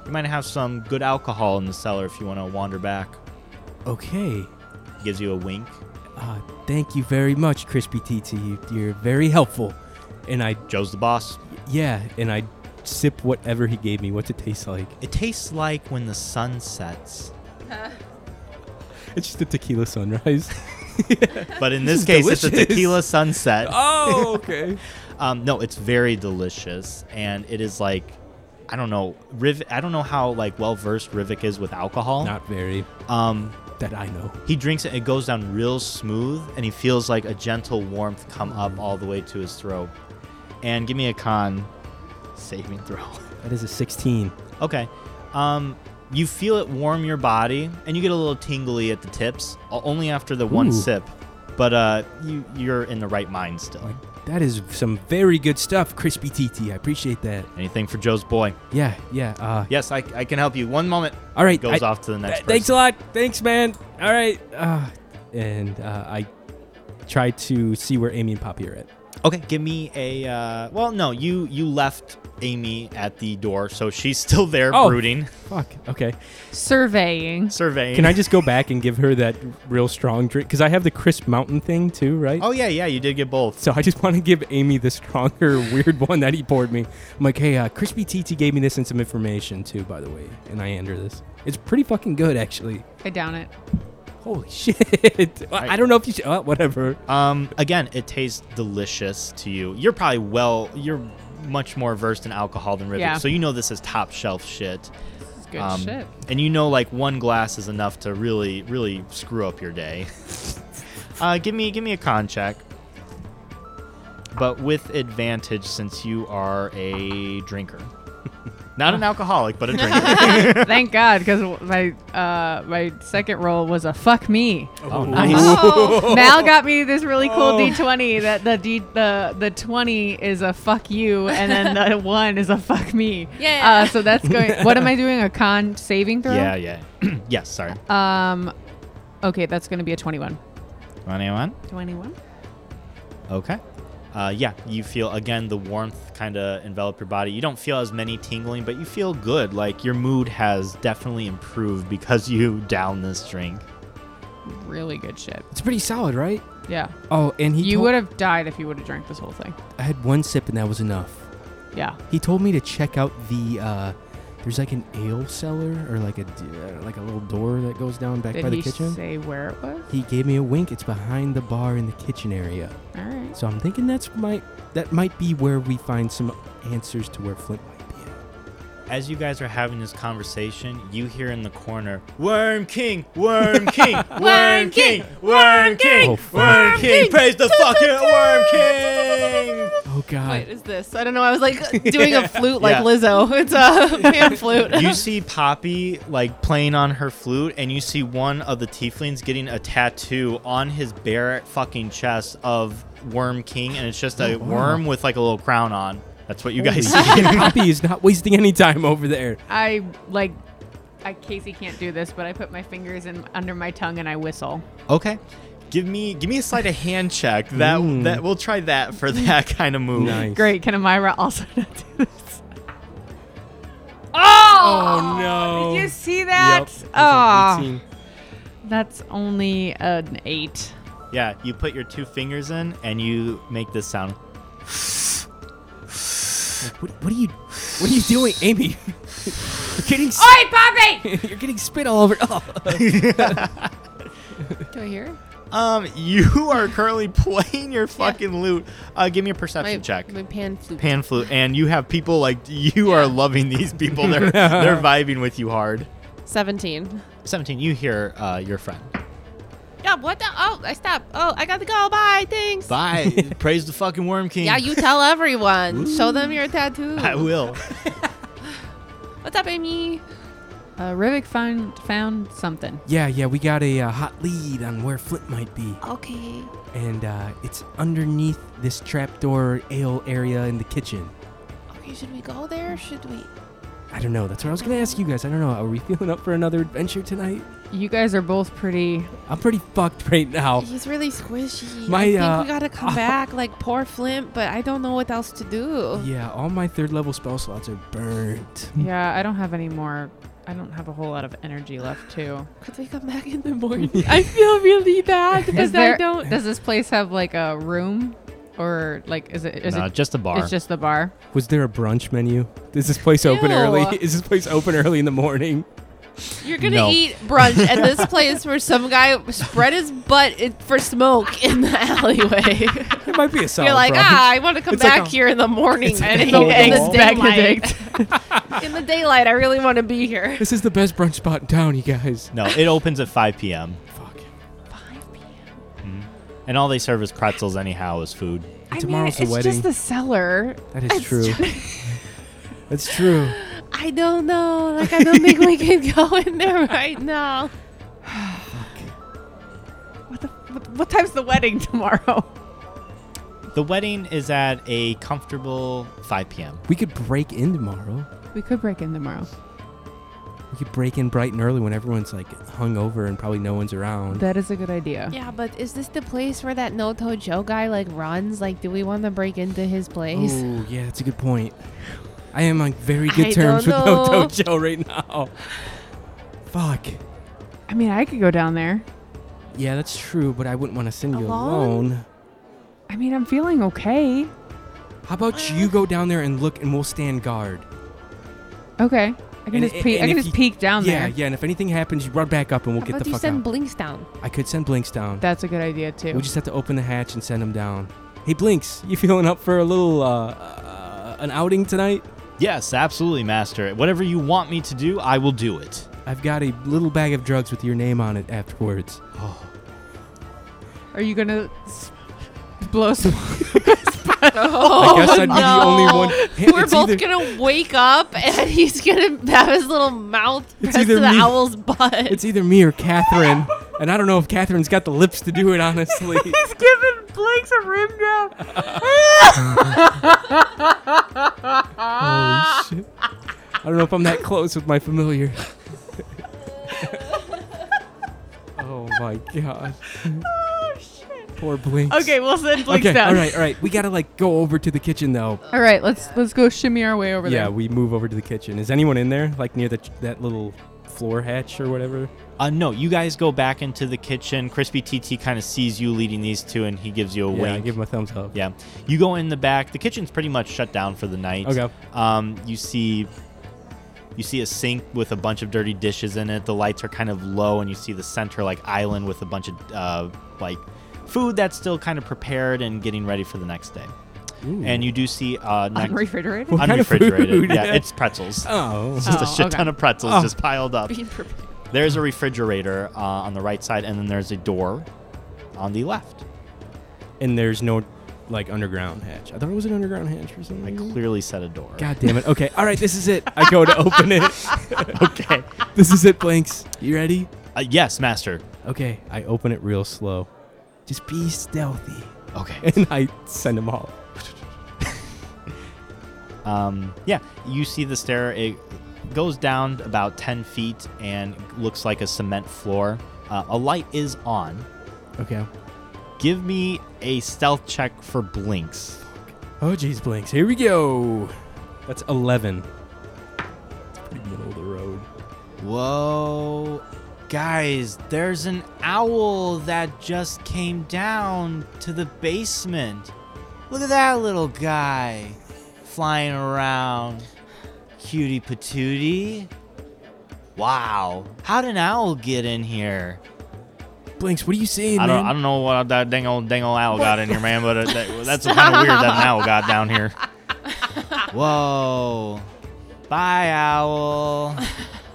Speaker 3: You might have some good alcohol in the cellar if you want to wander back. Oh.
Speaker 4: Okay.
Speaker 3: He gives you a wink.
Speaker 4: Uh, thank you very much, Crispy TT. You, you're very helpful. And I,
Speaker 3: Joe's the boss.
Speaker 4: yeah, and I sip whatever he gave me. What's it taste like?
Speaker 3: It tastes like when the sun sets.
Speaker 4: It's just a tequila sunrise.
Speaker 3: But in
Speaker 4: This
Speaker 3: this, case,
Speaker 4: is
Speaker 3: it's a
Speaker 4: delicious.
Speaker 3: tequila sunset.
Speaker 4: oh, okay.
Speaker 3: Um, no, it's very delicious, and it is like, I don't know, Riv. I don't know how like well versed Rivik is with alcohol.
Speaker 4: Not very
Speaker 3: Um,
Speaker 4: that I know.
Speaker 3: he drinks it, it goes down real smooth, and he feels like a gentle warmth come up all the way to his throat. And give me a con saving throw.
Speaker 4: That is a 16.
Speaker 3: okay, um, you feel it warm your body, and you get a little tingly at the tips, o- only after the one
Speaker 4: Ooh.
Speaker 3: sip. But uh, you you're in the right mind still.
Speaker 4: Like, that is some very good stuff, Crispy TT. I appreciate that.
Speaker 3: Anything for Joe's boy?
Speaker 4: Yeah, yeah. Uh,
Speaker 3: Yes, I, I can help you. One moment.
Speaker 4: All right.
Speaker 3: goes
Speaker 4: I-
Speaker 3: off to the next
Speaker 4: Th- thanks a
Speaker 3: person.
Speaker 4: lot. Thanks, man. All right. Uh, and uh, I try to see where Amy and Poppy are at.
Speaker 3: Okay, give me a. Uh, well, no, you you left Amy at the door, so she's still there
Speaker 4: Oh.
Speaker 3: brooding,
Speaker 4: Fuck. Okay.
Speaker 6: Surveying.
Speaker 3: surveying.
Speaker 4: Can I just go back and give her that real strong drink? Because I have the crisp mountain thing too, right?
Speaker 3: Oh yeah, yeah, you did get both.
Speaker 4: So I just want to give Amy the stronger, weird one that he poured me. I'm like, hey, uh, Crispy TT gave me this and some information too, by the way. And I hand her this. It's pretty fucking good, actually.
Speaker 6: I down it.
Speaker 4: Holy shit! I, I don't know if you should. Uh, whatever.
Speaker 3: Um, again, it tastes delicious to you. You're probably well. You're much more versed in alcohol than Rivik,
Speaker 6: Yeah.
Speaker 3: so you know this is top shelf shit.
Speaker 6: It's good
Speaker 3: Um,
Speaker 6: shit.
Speaker 3: And you know, like one glass is enough to really, really screw up your day. uh, give me, give me a con check, but with advantage since you are a drinker, not
Speaker 6: Oh.
Speaker 3: an alcoholic, but a drinker.
Speaker 6: Thank God, because my uh, my second roll was a fuck me.
Speaker 3: oh, nice. Oh.
Speaker 5: Oh,
Speaker 6: Mal got me this really cool D20. That the D the the 20 is a fuck you, and then the one is a fuck me.
Speaker 5: Yeah.
Speaker 6: Uh, so that's going. What am I doing? A con saving throw?
Speaker 3: Yeah, yeah. yes, sorry.
Speaker 6: Um. Okay, that's going to be a 21.
Speaker 3: Anyone?
Speaker 6: 21.
Speaker 3: Okay. Uh, yeah, you feel again the warmth kind of envelop your body. You don't feel as many tingling, but you feel good. Like your mood has definitely improved because you down this drink.
Speaker 6: Really good shit.
Speaker 4: It's pretty solid, right?
Speaker 6: Yeah.
Speaker 4: Oh, and he
Speaker 6: you
Speaker 4: told-
Speaker 6: would have died if you would have drank this whole thing.
Speaker 4: I had one sip and that was enough.
Speaker 6: Yeah.
Speaker 4: He told me to check out the. Uh, there's like an ale cellar or like a d- uh, like a little door that goes down back by
Speaker 6: Did
Speaker 4: the
Speaker 6: he
Speaker 4: kitchen.
Speaker 6: say where it was?
Speaker 4: He gave me a wink. It's behind the bar in the kitchen area.
Speaker 6: All right.
Speaker 4: So I'm thinking that's might that might be where we find some answers to where Flint might be. At.
Speaker 3: As you guys are having this conversation, you hear in the corner, Worm King, Worm King, Worm King, Worm King,
Speaker 4: fuck.
Speaker 3: Worm King, praise the fucking Worm King!
Speaker 4: Oh
Speaker 5: What
Speaker 4: God!
Speaker 5: is this? I don't know. I was like doing a flute like
Speaker 3: Yeah.
Speaker 5: Lizzo. It's a pan flute.
Speaker 3: You see Poppy like playing on her flute, and you see one of the tieflings getting a tattoo on his bare fucking chest of Worm King, and it's just
Speaker 4: Oh,
Speaker 3: a worm with like a little crown on. That's what you guys see.
Speaker 4: Poppy is not wasting any time over there.
Speaker 6: I like. I Casey can't do this, but I put my fingers in under my tongue and I whistle.
Speaker 3: Okay. Give me give me a sleight of hand check. That
Speaker 4: Mm.
Speaker 3: that we'll try that for that kind of move.
Speaker 4: Nice.
Speaker 6: Great. Can Amira also not do this?
Speaker 4: Oh no!
Speaker 6: Did you see
Speaker 4: Yep,
Speaker 6: that?
Speaker 4: it's
Speaker 6: Ah,
Speaker 4: like 18.
Speaker 6: that's only an eight.
Speaker 3: Yeah, you put your two fingers in and you make this sound.
Speaker 4: What, what are you? What are you doing, Amy? You're getting s-
Speaker 6: Oi, Poppy!
Speaker 4: you're getting spit all over. Oh.
Speaker 5: Do I hear?
Speaker 3: Um, you are currently playing your fucking loot. Uh, give me a perception
Speaker 5: My,
Speaker 3: check.
Speaker 5: my pan flute.
Speaker 3: Pan flute, and you have people like you are loving these people. They're they're vibing with you hard.
Speaker 5: Seventeen.
Speaker 3: Seventeen, you hear uh, your friend.
Speaker 5: Yeah. What the? Oh, I stopped. Oh, I gotta go. Bye. Thanks.
Speaker 3: Bye. Praise the fucking worm king.
Speaker 5: Yeah, you tell everyone. Show them your tattoo.
Speaker 3: I will.
Speaker 5: What's up, Amy?
Speaker 6: Uh, Rivik found found something.
Speaker 4: Yeah, yeah, we got a uh, hot lead on where Flint might be,
Speaker 5: Okay.
Speaker 4: and uh, it's underneath this trapdoor ale area in the kitchen.
Speaker 5: Okay, should we go there? Should we?
Speaker 4: I don't know. That's what I was gonna ask you guys. I don't know. Are we feeling up for another adventure tonight?
Speaker 6: You guys are both pretty.
Speaker 4: I'm pretty fucked right
Speaker 3: Oh.
Speaker 4: now.
Speaker 5: He's really squishy.
Speaker 4: My,
Speaker 5: I think
Speaker 4: uh,
Speaker 5: we gotta come back, like poor Flint. But I don't know what else to do.
Speaker 4: Yeah, all my third level spell slots are burnt.
Speaker 6: Yeah, I don't have any more. I don't have a whole lot of energy left too.
Speaker 5: Could we come back in the morning? I feel really bad because I don't.
Speaker 6: Does this place have like a room, or like is it? Is
Speaker 3: Nah,
Speaker 6: it?
Speaker 3: just a bar.
Speaker 6: It's just the bar.
Speaker 4: Was there a brunch menu? Does this place open
Speaker 5: Ew.
Speaker 4: early? Is this place open early in the morning?
Speaker 5: You're gonna
Speaker 3: No.
Speaker 5: eat brunch at this place where some guy spread his butt in, for smoke in the alleyway.
Speaker 4: It might be a solid
Speaker 5: You're like,
Speaker 4: brunch.
Speaker 5: ah, I want to come
Speaker 4: It's like
Speaker 5: back
Speaker 4: a-
Speaker 5: here in the morning
Speaker 4: like
Speaker 5: and
Speaker 4: a
Speaker 5: eat
Speaker 4: hole in the
Speaker 5: in the
Speaker 4: wall.
Speaker 5: daylight. in the daylight, I really want to be here.
Speaker 4: This is the best brunch spot in town, you guys.
Speaker 3: no, it opens at five p.m.
Speaker 4: Fuck.
Speaker 3: and all they serve is pretzels anyhow as food.
Speaker 4: Tomorrow's the
Speaker 6: it's
Speaker 4: wedding.
Speaker 6: just the cellar.
Speaker 4: That is true. That's true.
Speaker 5: I don't know. Like, I don't think we can go in there right now.
Speaker 6: What the? What, what time's the wedding tomorrow?
Speaker 3: The wedding is at a comfortable 5 p.m.
Speaker 4: We could break in tomorrow.
Speaker 6: We could break in tomorrow.
Speaker 4: We could break in bright and early when everyone's like hung over and probably no one's around.
Speaker 6: That is a good idea.
Speaker 5: Yeah, but is this the place where that no-toe Joe guy like runs? Like, do we want to break into his place?
Speaker 4: Oh, yeah, that's a good point. I am on very good
Speaker 5: I
Speaker 4: terms with
Speaker 5: don't
Speaker 4: No
Speaker 5: know.
Speaker 4: Dojo right now. Fuck.
Speaker 6: I mean, I could go down there.
Speaker 4: Yeah, that's true, but I wouldn't want to send you
Speaker 5: Alone?
Speaker 4: alone.
Speaker 6: I mean, I'm feeling okay.
Speaker 4: How about you go down there and look, and we'll stand guard.
Speaker 6: Okay. I can
Speaker 4: And-
Speaker 6: just peek.
Speaker 4: and
Speaker 6: I can
Speaker 4: if
Speaker 6: just
Speaker 4: you-
Speaker 6: peek down
Speaker 4: yeah,
Speaker 6: there.
Speaker 4: yeah. And if anything happens, you run back up, and we'll
Speaker 5: How
Speaker 4: get
Speaker 5: about
Speaker 4: the
Speaker 5: you
Speaker 4: fuck
Speaker 5: send
Speaker 4: out.
Speaker 5: Blinks down?
Speaker 4: I could send Blinks down.
Speaker 6: That's a good idea too.
Speaker 4: we just have to open the hatch and send him down. Hey, Blinks, you feeling up for a little uh, uh an outing tonight?
Speaker 3: Yes, absolutely, Master. Whatever you want me to do, I will do it.
Speaker 4: I've got a little bag of drugs with your name on it afterwards.
Speaker 6: Are you gonna s- blow some?
Speaker 5: Oh,
Speaker 4: I guess I'd be the only one.
Speaker 5: We're
Speaker 4: It's
Speaker 5: both
Speaker 4: either-
Speaker 5: gonna wake up and he's gonna have his little mouth pressed to
Speaker 4: either
Speaker 5: the
Speaker 4: me-
Speaker 5: owl's butt.
Speaker 4: It's either me or Catherine, and I don't know if Catherine's got the lips to do it. Honestly,
Speaker 6: He's giving Blinks a rim job.
Speaker 4: holy shit! I don't know if I'm that close with my familiar. oh my god! Poor Blinks.
Speaker 6: Oh, Okay, we'll send Blinks
Speaker 4: Okay.
Speaker 6: down.
Speaker 4: All right. All right. We gotta like go over to the kitchen though.
Speaker 6: All right, let's let's go shimmy our way over
Speaker 4: yeah,
Speaker 6: there.
Speaker 4: we move over to the kitchen. Is anyone in there? Like near the that little floor hatch or whatever?
Speaker 3: Uh, no, you guys go back into the kitchen. Crispy TT kind of sees you leading these two, and he gives you a
Speaker 4: Yeah, I
Speaker 3: wink.
Speaker 4: give him a thumbs up.
Speaker 3: yeah, you go in the back. The kitchen's pretty much shut down for the night.
Speaker 4: Okay.
Speaker 3: Um, you see, you see a sink with a bunch of dirty dishes in it. The lights are kind of low, and you see the center like island with a bunch of uh, like food that's still kind of prepared and getting ready for the next day. And you do see uh, next,
Speaker 6: Unrefrigerated?
Speaker 4: kind of
Speaker 3: unrefrigerated.
Speaker 4: food?
Speaker 3: Yeah,
Speaker 4: Yeah.
Speaker 3: it's pretzels.
Speaker 4: Oh.
Speaker 3: It's just a
Speaker 6: Oh,
Speaker 3: shit
Speaker 6: okay.
Speaker 3: ton of pretzels
Speaker 4: Oh.
Speaker 3: just piled up. There's a refrigerator uh, on the right side, and then there's a door on the left.
Speaker 4: And there's no like underground hatch. I thought it was an underground hatch or
Speaker 3: I
Speaker 4: something.
Speaker 3: clearly said a door.
Speaker 4: God damn it. Okay. All right. This is it. I go to open it.
Speaker 3: Okay.
Speaker 4: This is it, Blanks. You ready?
Speaker 3: Uh, yes, master.
Speaker 4: Okay. I open it real slow. Just be stealthy.
Speaker 3: Okay.
Speaker 4: And I send them all.
Speaker 3: Um, yeah, you see the stair. It goes down about 10 feet and looks like a cement floor. Uh, a light is on.
Speaker 4: Okay.
Speaker 3: Give me a stealth check for blinks.
Speaker 4: Oh, geez, Blinks. Here we go. That's 11. It's pretty middle of the road.
Speaker 3: Whoa. Guys, there's an owl that just came down to the basement. Look at that little guy flying around. Cutie patootie. Wow. How'd an owl get in here?
Speaker 4: Blinks, what are you seeing,
Speaker 3: I don't,
Speaker 4: man?
Speaker 3: I don't know what that dang old, dang old owl got in here, man, but uh, that, that's kind of weird that an owl got down here. Whoa. Bye, owl.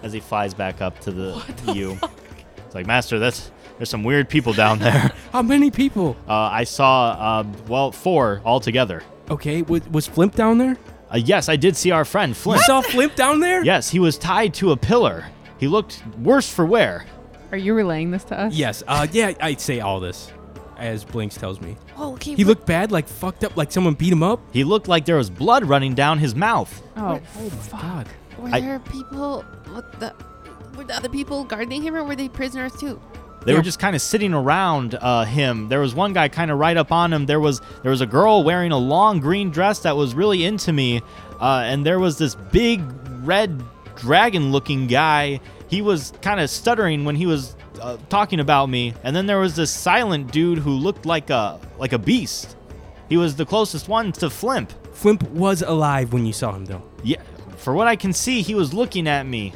Speaker 3: As he flies back up to the, you. It's like, Master, that's, there's some weird people down there.
Speaker 4: How many people?
Speaker 3: Uh, I saw, uh, well, four altogether.
Speaker 4: Okay, was, was Flimp down there?
Speaker 3: Uh, yes, I did see our friend, Flint.
Speaker 4: You saw Flimp down there?
Speaker 3: Yes, he was tied to a pillar. He looked worse for wear.
Speaker 6: Are you relaying this to us?
Speaker 4: Yes. Uh, yeah, I'd say all this, as Blinks tells me.
Speaker 5: Oh, okay.
Speaker 4: He looked bad, like fucked up, like someone beat him up.
Speaker 3: He looked like there was blood running down his mouth.
Speaker 6: Oh,
Speaker 4: my god.
Speaker 5: Were
Speaker 3: I-
Speaker 5: there people? What the? Were the other people guarding him, or were they prisoners too?
Speaker 3: They were just kind of sitting around uh, him. There was one guy kind of right up on him. There was there was a girl wearing a long green dress that was really into me, uh, and there was this big red dragon-looking guy. He was kind of stuttering when he was uh, talking about me, and then there was this silent dude who looked like a like a beast. He was the closest one to Flimp.
Speaker 4: Flimp was alive when you saw him, though.
Speaker 3: Yeah, for what I can see, he was looking at me.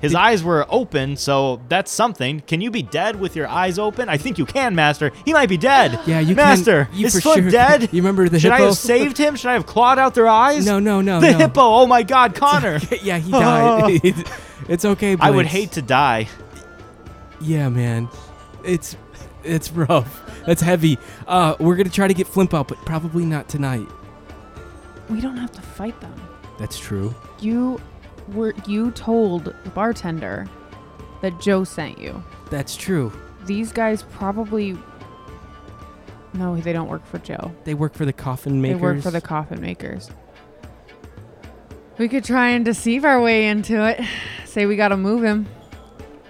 Speaker 3: His eyes were open, so that's something. Can you be dead with your eyes open? I think you can, Master. He might be dead.
Speaker 4: Yeah, you can-
Speaker 3: Master,
Speaker 4: you
Speaker 3: is
Speaker 4: for
Speaker 3: Flip
Speaker 4: sure-
Speaker 3: dead?
Speaker 4: you remember the
Speaker 3: Should I
Speaker 4: hippo?
Speaker 3: have saved him? Should I have clawed out their eyes?
Speaker 4: No, no, no,
Speaker 3: The
Speaker 4: no.
Speaker 3: hippo. Oh my God, Connor.
Speaker 4: yeah, he died. It's- it's okay, Blinks.
Speaker 3: I would hate to die.
Speaker 4: Yeah, man. It's it's rough. That's heavy. Uh, we're gonna try to get Flimp out, but probably not tonight.
Speaker 6: we don't have to fight them.
Speaker 4: That's true.
Speaker 6: You were you told the bartender that Joe sent you.
Speaker 4: That's true.
Speaker 6: These guys probably No, they don't work for Joe.
Speaker 4: They work for the coffin makers.
Speaker 6: They work for the coffin makers. We could try and deceive our way into it. Say we gotta move him.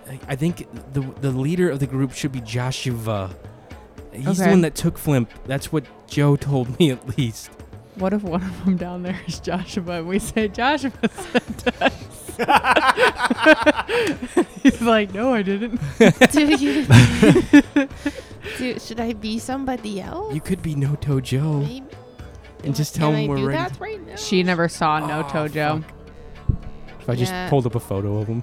Speaker 4: I- I think the the leader of the group should be Joshua. He's the
Speaker 6: Okay.
Speaker 4: one that took Flimp. That's what Joe told me, at least.
Speaker 6: What if one of them down there is Joshua and we say Joshua sent us? He's like, no, I didn't.
Speaker 5: Do you? do, should I be somebody else?
Speaker 4: You could be No Toe Joe
Speaker 5: Maybe.
Speaker 4: and just tell
Speaker 5: Can
Speaker 4: him
Speaker 5: I
Speaker 4: we're
Speaker 5: do
Speaker 4: ready.
Speaker 5: that right now?
Speaker 6: She never saw no
Speaker 4: Oh,
Speaker 6: Tojo.
Speaker 4: If I just
Speaker 5: Yeah.
Speaker 4: pulled up a photo of him,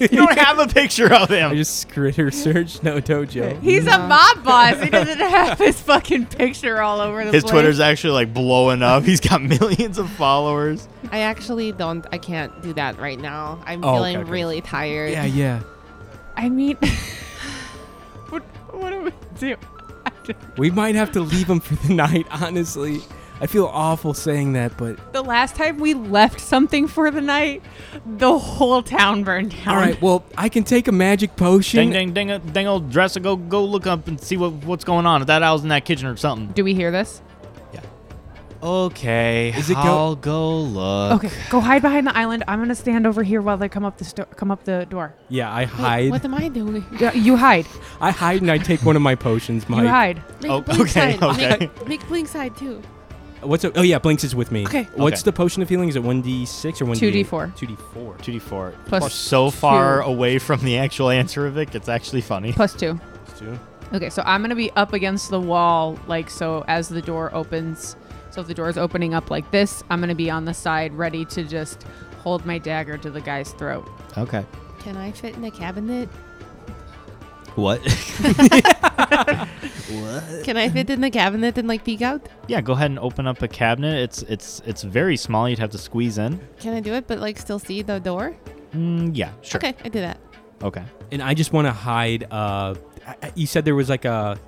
Speaker 3: You don't have a picture of
Speaker 4: I
Speaker 3: him.
Speaker 4: just critter searched No Toe Joe.
Speaker 6: He's a
Speaker 5: No.
Speaker 6: mob boss. He doesn't have his fucking picture all over the
Speaker 3: His
Speaker 6: place.
Speaker 3: Twitter's actually like blowing up. He's got millions of followers.
Speaker 5: I actually don't. I can't do that right now. I'm
Speaker 4: Oh,
Speaker 5: feeling
Speaker 4: okay, okay.
Speaker 5: really tired.
Speaker 4: Yeah, yeah.
Speaker 6: I mean, what, what do we do? I don't-
Speaker 4: We might have to leave him for the night, honestly. I feel awful saying that, but
Speaker 6: The last time we left something for the night, the whole town burned down.
Speaker 4: all right. Well, I can take a magic potion.
Speaker 3: Ding, ding, ding, uh, ding, old dresser. Go, go look up and see what, what's going on. If that owl's in that kitchen or something.
Speaker 6: Do we hear this?
Speaker 3: Okay,
Speaker 4: Is it go-
Speaker 3: I'll go look.
Speaker 6: Okay, go hide behind the island. I'm gonna stand over here while they come up the sto- come up the door.
Speaker 4: Yeah, I
Speaker 5: Wait,
Speaker 4: hide.
Speaker 5: What am I doing?
Speaker 6: Yeah, You hide.
Speaker 4: I hide and I take one of my potions, Mike.
Speaker 6: You hide.
Speaker 5: Make
Speaker 3: Oh,
Speaker 5: blink
Speaker 3: okay,
Speaker 5: side.
Speaker 3: okay.
Speaker 5: Make, make blink side too.
Speaker 4: What's a, oh yeah, Blinks is with me.
Speaker 1: Okay.
Speaker 4: What's
Speaker 3: Okay.
Speaker 4: the potion of healing? Is it one d six or one
Speaker 6: 2d4.
Speaker 4: Two d four.
Speaker 3: 2d4.
Speaker 6: Plus
Speaker 3: We're so
Speaker 6: two.
Speaker 3: far away from the actual answer of it, it's actually funny.
Speaker 6: Plus two.
Speaker 4: Two.
Speaker 6: Okay, so I'm gonna be up against the wall, like so. As the door opens, so if the door is opening up like this, I'm gonna be on the side, ready to just hold my dagger to the guy's throat.
Speaker 3: Okay.
Speaker 5: Can I fit in the cabinet?
Speaker 3: What?
Speaker 4: Uh,
Speaker 5: Can
Speaker 4: mm-hmm.
Speaker 5: I fit in the cabinet and like peek out?
Speaker 3: yeah, go ahead and open up a cabinet. It's it's it's very small. You'd have to squeeze in.
Speaker 5: Can I do it but like still see the door?
Speaker 3: Mm, yeah, sure.
Speaker 5: Okay, I did that.
Speaker 3: Okay.
Speaker 4: And I just want to hide. Uh, I- I- you said there was like a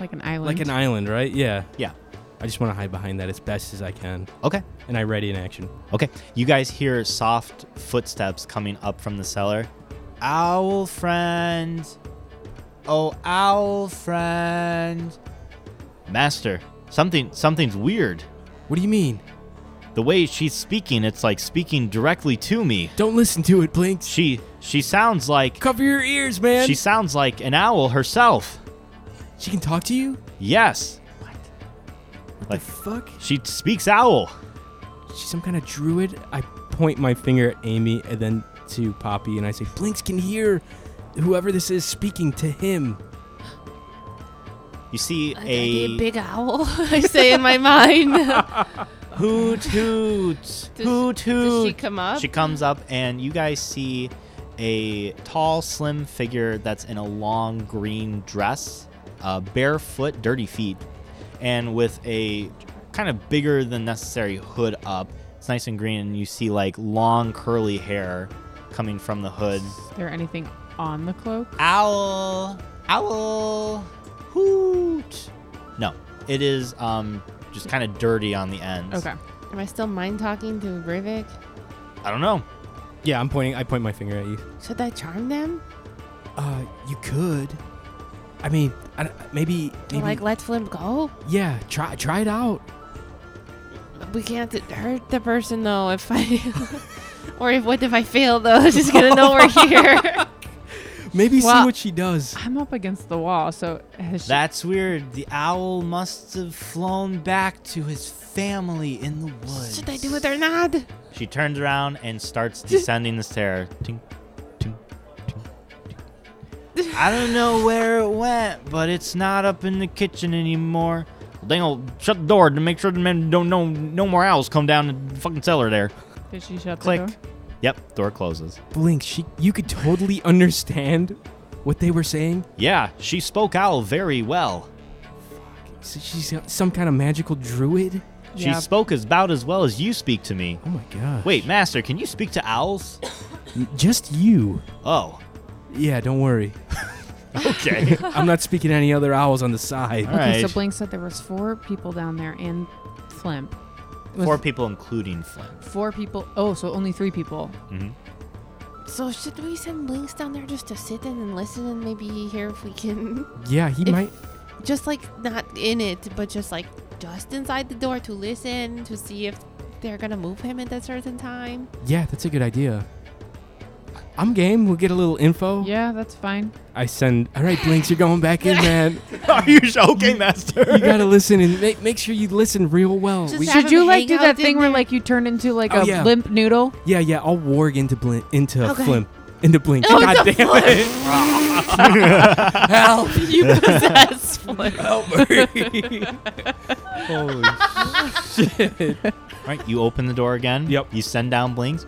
Speaker 6: Like an island.
Speaker 4: like an island, right? Yeah.
Speaker 3: Yeah.
Speaker 4: I just want to hide behind that as best as I can,
Speaker 3: Okay.
Speaker 4: and I ready in action.
Speaker 3: Okay. You guys hear soft footsteps coming up from the cellar. Owl friend. Oh, owl friend. Master, something something's weird.
Speaker 4: What do you mean?
Speaker 3: The way she's speaking, it's like speaking directly to me.
Speaker 4: Don't listen to it, Blinks.
Speaker 3: She she sounds like
Speaker 4: Cover your ears, man.
Speaker 3: she sounds like an owl herself.
Speaker 4: she can talk to you.
Speaker 3: Yes.
Speaker 4: What
Speaker 3: Like-
Speaker 4: the fuck?
Speaker 3: She speaks owl.
Speaker 4: She's some kind of druid. I point my finger at Amy and then to Poppy, and I say, Blinks can hear whoever this is speaking to him.
Speaker 3: You see
Speaker 5: I gotta be
Speaker 3: a
Speaker 5: big owl. I say in my mind.
Speaker 3: hoot hoot
Speaker 5: Does-
Speaker 3: hoot
Speaker 5: Does she
Speaker 3: hoot.
Speaker 5: come up?
Speaker 3: She comes up, and you guys see a tall, slim figure that's in a long green dress, uh, barefoot, dirty feet, and with a kind of bigger than necessary hood up. It's nice and green, and you see like long curly hair coming from the hood.
Speaker 6: Is there anything on the cloak?
Speaker 3: Owl, owl, hoot. No, it is um, just kind of dirty on the ends.
Speaker 6: Okay.
Speaker 5: Am I still mind talking to Rivik?
Speaker 3: I don't know.
Speaker 4: Yeah, I'm pointing. I point my finger at you.
Speaker 5: Should I charm them?
Speaker 4: Uh, you could. I mean, I, don't- maybe,
Speaker 5: To
Speaker 4: maybe.
Speaker 5: like let Flim go?
Speaker 4: yeah, try try it out.
Speaker 5: We can't hurt the person though if I Or if what if I fail though? She's gonna know we're here.
Speaker 4: Maybe see
Speaker 5: Well-
Speaker 4: what she does.
Speaker 6: I'm up against the wall, so has she-
Speaker 3: That's weird. The owl must have flown back to his family in the woods.
Speaker 5: Should I do it or not?
Speaker 3: She turns around and starts descending the stair. Tink, tink, tink, tink. I don't know where it went, but it's not up in the kitchen anymore. Well, dang old, shut the door to make sure the men don't know no more owls come down the fucking cellar there.
Speaker 6: did she shut
Speaker 3: Click.
Speaker 6: the door?
Speaker 3: Yep, door closes.
Speaker 4: Blink. She. You could totally understand what they were saying.
Speaker 3: Yeah, she spoke owl very well.
Speaker 4: So she's some kind of magical druid.
Speaker 3: She
Speaker 6: Yeah.
Speaker 3: spoke as about as well as you speak to me.
Speaker 4: Oh my god.
Speaker 3: Wait, master, can you speak to owls?
Speaker 4: just you.
Speaker 3: Oh,
Speaker 4: Yeah, don't worry.
Speaker 3: okay.
Speaker 4: I'm not speaking to any other owls on the side.
Speaker 3: All
Speaker 6: Okay,
Speaker 3: right.
Speaker 6: so Blink said there was four people down there and Flimp. Was
Speaker 3: Four people, including Flynn.
Speaker 6: four people. Oh, so only three people.
Speaker 5: So should we send Blinks down there just to sit in and listen and maybe hear if we can
Speaker 4: Yeah, he
Speaker 5: If-
Speaker 4: might.
Speaker 5: just like not in it, but just like just inside the door to listen to see if they're gonna move him at a certain time.
Speaker 4: Yeah, that's a good idea. I'm game. We'll get a little info.
Speaker 6: Yeah, that's fine.
Speaker 4: I send. All right, Blinks, you're going back in, man.
Speaker 3: Are you okay,
Speaker 4: You
Speaker 3: Master?
Speaker 4: gotta listen and make, make sure you listen real well.
Speaker 5: Just
Speaker 4: We-
Speaker 5: have
Speaker 6: Should you
Speaker 5: them
Speaker 6: like
Speaker 5: hang
Speaker 6: do
Speaker 5: out
Speaker 6: that
Speaker 5: in
Speaker 6: thing where
Speaker 5: there.
Speaker 6: like you turn into like
Speaker 4: Oh,
Speaker 6: a
Speaker 4: yeah.
Speaker 6: limp noodle?
Speaker 4: yeah, yeah. I'll warg into blin- into
Speaker 5: Okay.
Speaker 4: flimp into blink.
Speaker 5: Oh,
Speaker 4: God
Speaker 5: it's a
Speaker 4: damn it! Help!
Speaker 5: You possess Flip.
Speaker 4: Help me! Holy shit!
Speaker 3: All right, you open the door again.
Speaker 4: Yep.
Speaker 3: You send down Blinks.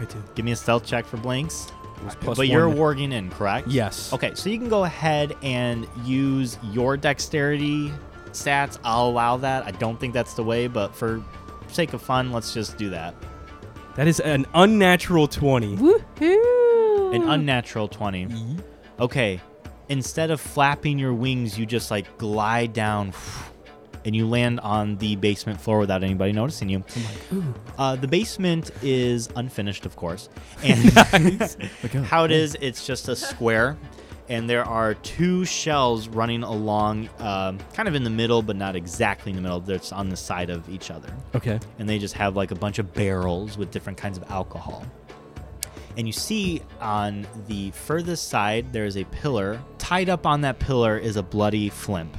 Speaker 4: I do.
Speaker 3: Give me a stealth check for Blinks.
Speaker 4: It was plus
Speaker 3: but you're
Speaker 4: one.
Speaker 3: warging in, correct?
Speaker 4: Yes.
Speaker 3: Okay, so you can go ahead and use your dexterity stats. I'll allow that. I don't think that's the way, but for sake of fun, let's just do that.
Speaker 4: That is an unnatural twenty.
Speaker 6: Woohoo!
Speaker 4: Mm.
Speaker 3: An unnatural 20. Okay. Instead of flapping your wings, you just like glide down and you land on the basement floor without anybody noticing you.
Speaker 4: Oh
Speaker 3: Uh, the basement is unfinished, of course. And how it is, it's just a square. And there are two shells running along, um, kind of in the middle, but not exactly in the middle. That's on the side of each other
Speaker 4: Okay.
Speaker 3: and they just have like a bunch of barrels with different kinds of alcohol. And you see on the furthest side, there is a pillar. Tied up on that pillar is a bloody flimp.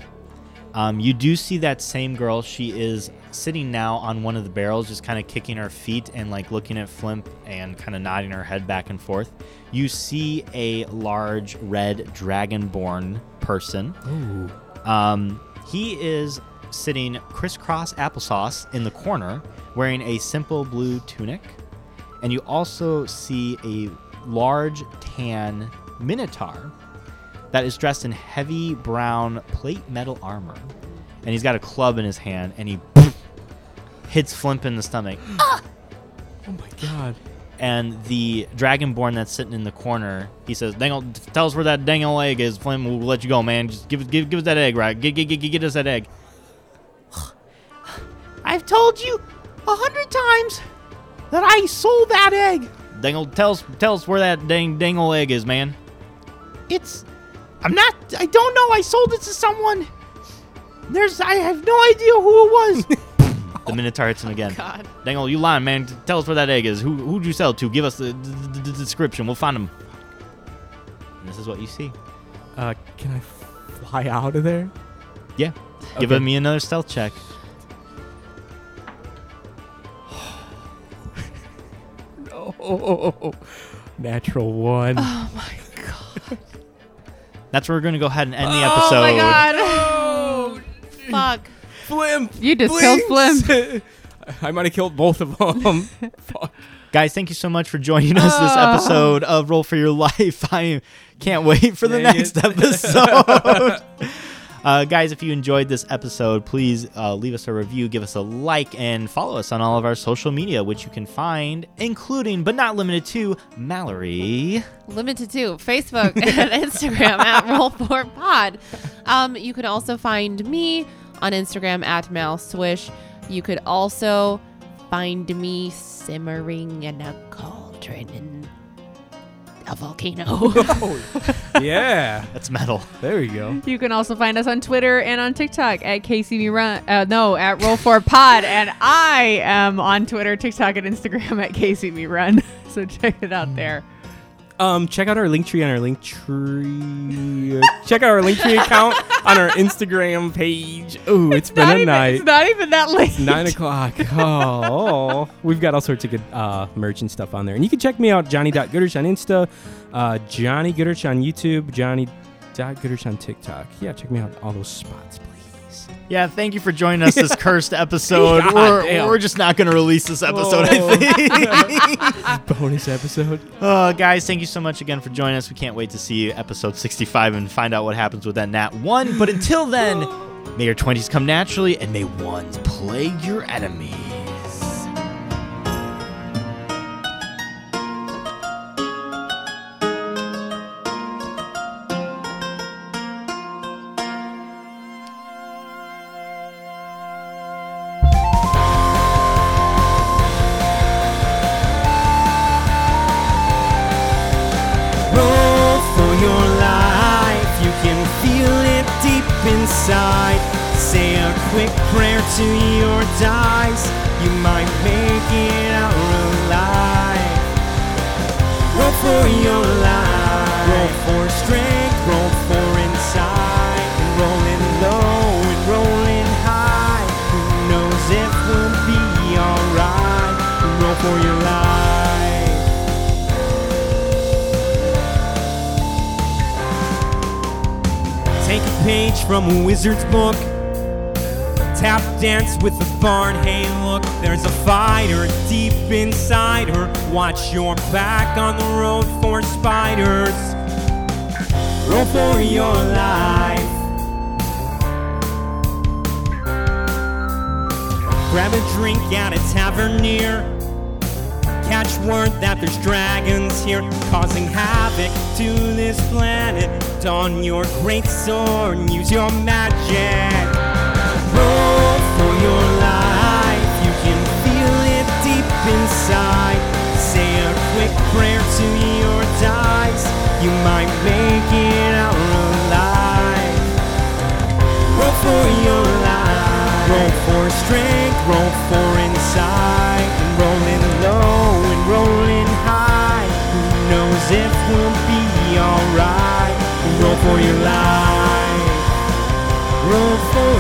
Speaker 3: Um, you do see that same girl. She is sitting now on one of the barrels, just kind of kicking her feet and like looking at Flimp and kind of nodding her head back and forth. You see a large red dragonborn person. Um, he is sitting crisscross applesauce in the corner, wearing a simple blue tunic. And you also see a large tan minotaur that is dressed in heavy brown plate metal armor. And he's got a club in his hand and he hits Flimp in the stomach.
Speaker 4: Oh my god.
Speaker 3: And the dragonborn that's sitting in the corner, he says, "Dangle, tell us where that dangle egg is. Flim, we'll let you go, man. Just give, give, give us that egg, right? Get, get, get, get us that egg." I've told you a hundred times that I sold that egg. Dangle, tell us, tell us where that dang dangle egg is, man. It's, I'm not. I don't know. I sold it to someone. There's, I have no idea who it was. the Minotaur hits him again.
Speaker 5: Oh God.
Speaker 3: Dangle, you lying, man. T- Tell us where that egg is. Who who'd you sell to? Give us the, the, the description. We'll find him. And this is what you see.
Speaker 4: Uh, can I fly out of there?
Speaker 3: Yeah. Give
Speaker 4: Okay.
Speaker 3: me another stealth check.
Speaker 4: Oh, natural one.
Speaker 3: Oh. That's where we're going to go ahead and end the episode.
Speaker 5: Oh my god. Fuck.
Speaker 4: Flim.
Speaker 6: You just killed Flim.
Speaker 4: Flim. I might have killed both of them.
Speaker 3: Guys, thank you so much for joining us this
Speaker 6: Oh.
Speaker 3: episode of Roll for Your Life. I can't wait for the
Speaker 4: Dang
Speaker 3: next
Speaker 4: it.
Speaker 3: episode. Uh, guys, if you enjoyed this episode, please uh, leave us a review, give us a like, and follow us on all of our social media, which you can find, including but not limited to Mallory.
Speaker 5: Limited to Facebook and Instagram at Roll4Pod. Um, you can also find me on Instagram at MalSwish. You could also find me simmering in a cauldron in a volcano.
Speaker 3: Oh.
Speaker 4: yeah.
Speaker 3: That's metal.
Speaker 4: There you go.
Speaker 6: You can also find us on Twitter and on TikTok at KCB Run. Uh, no, at Roll4Pod. and I am on Twitter, TikTok, and Instagram at KCB Run. So check it out there.
Speaker 4: Um, check out our link tree on our link tree. check out our link tree account on our Instagram page. Ooh, it's been
Speaker 6: Not
Speaker 4: a
Speaker 6: even,
Speaker 4: night.
Speaker 6: It's not even that late.
Speaker 4: Nine o'clock. Oh, we've got all sorts of good uh, merch and stuff on there. And you can check me out, Johnny.Goodrich on Insta, uh, Johnny Goodrich on YouTube, Johnny.Goodrich on TikTok. Yeah, check me out all those spots, please.
Speaker 3: Yeah, thank you for joining us this cursed episode.
Speaker 4: God
Speaker 3: we're,
Speaker 4: damn.
Speaker 3: we're just not going to release this episode,
Speaker 4: Whoa.
Speaker 3: I think.
Speaker 4: Bonus episode.
Speaker 3: Oh, guys, thank you so much again for joining us. We can't wait to see episode 65 and find out what happens with that Nat 1. But until then, may your 20s come naturally and may ones plague your enemies.
Speaker 2: roll for your life. You can feel it deep inside. Say a quick prayer to your dice. You might make it out alive. Roll for your life. Roll for strength. Roll for insight. And rolling low and rolling high. Who knows if we'll be alright? Roll for your life. Take a page from a wizard's book. Tap dance with the barn. Hey, look, there's a fighter deep inside her. Watch your back on the road for spiders. Roll for your life. Grab a drink at a tavern near. Catch word that there's dragons here causing havoc to this planet. Don your great sword and use your magic. Roll for your life, you can feel it deep inside. Say a quick prayer to your dice, you might make it out alive. Roll for your life. Roll for strength, roll for insight. And rolling low and rolling high. Who knows if we'll be alright? Roll for your life. Roll for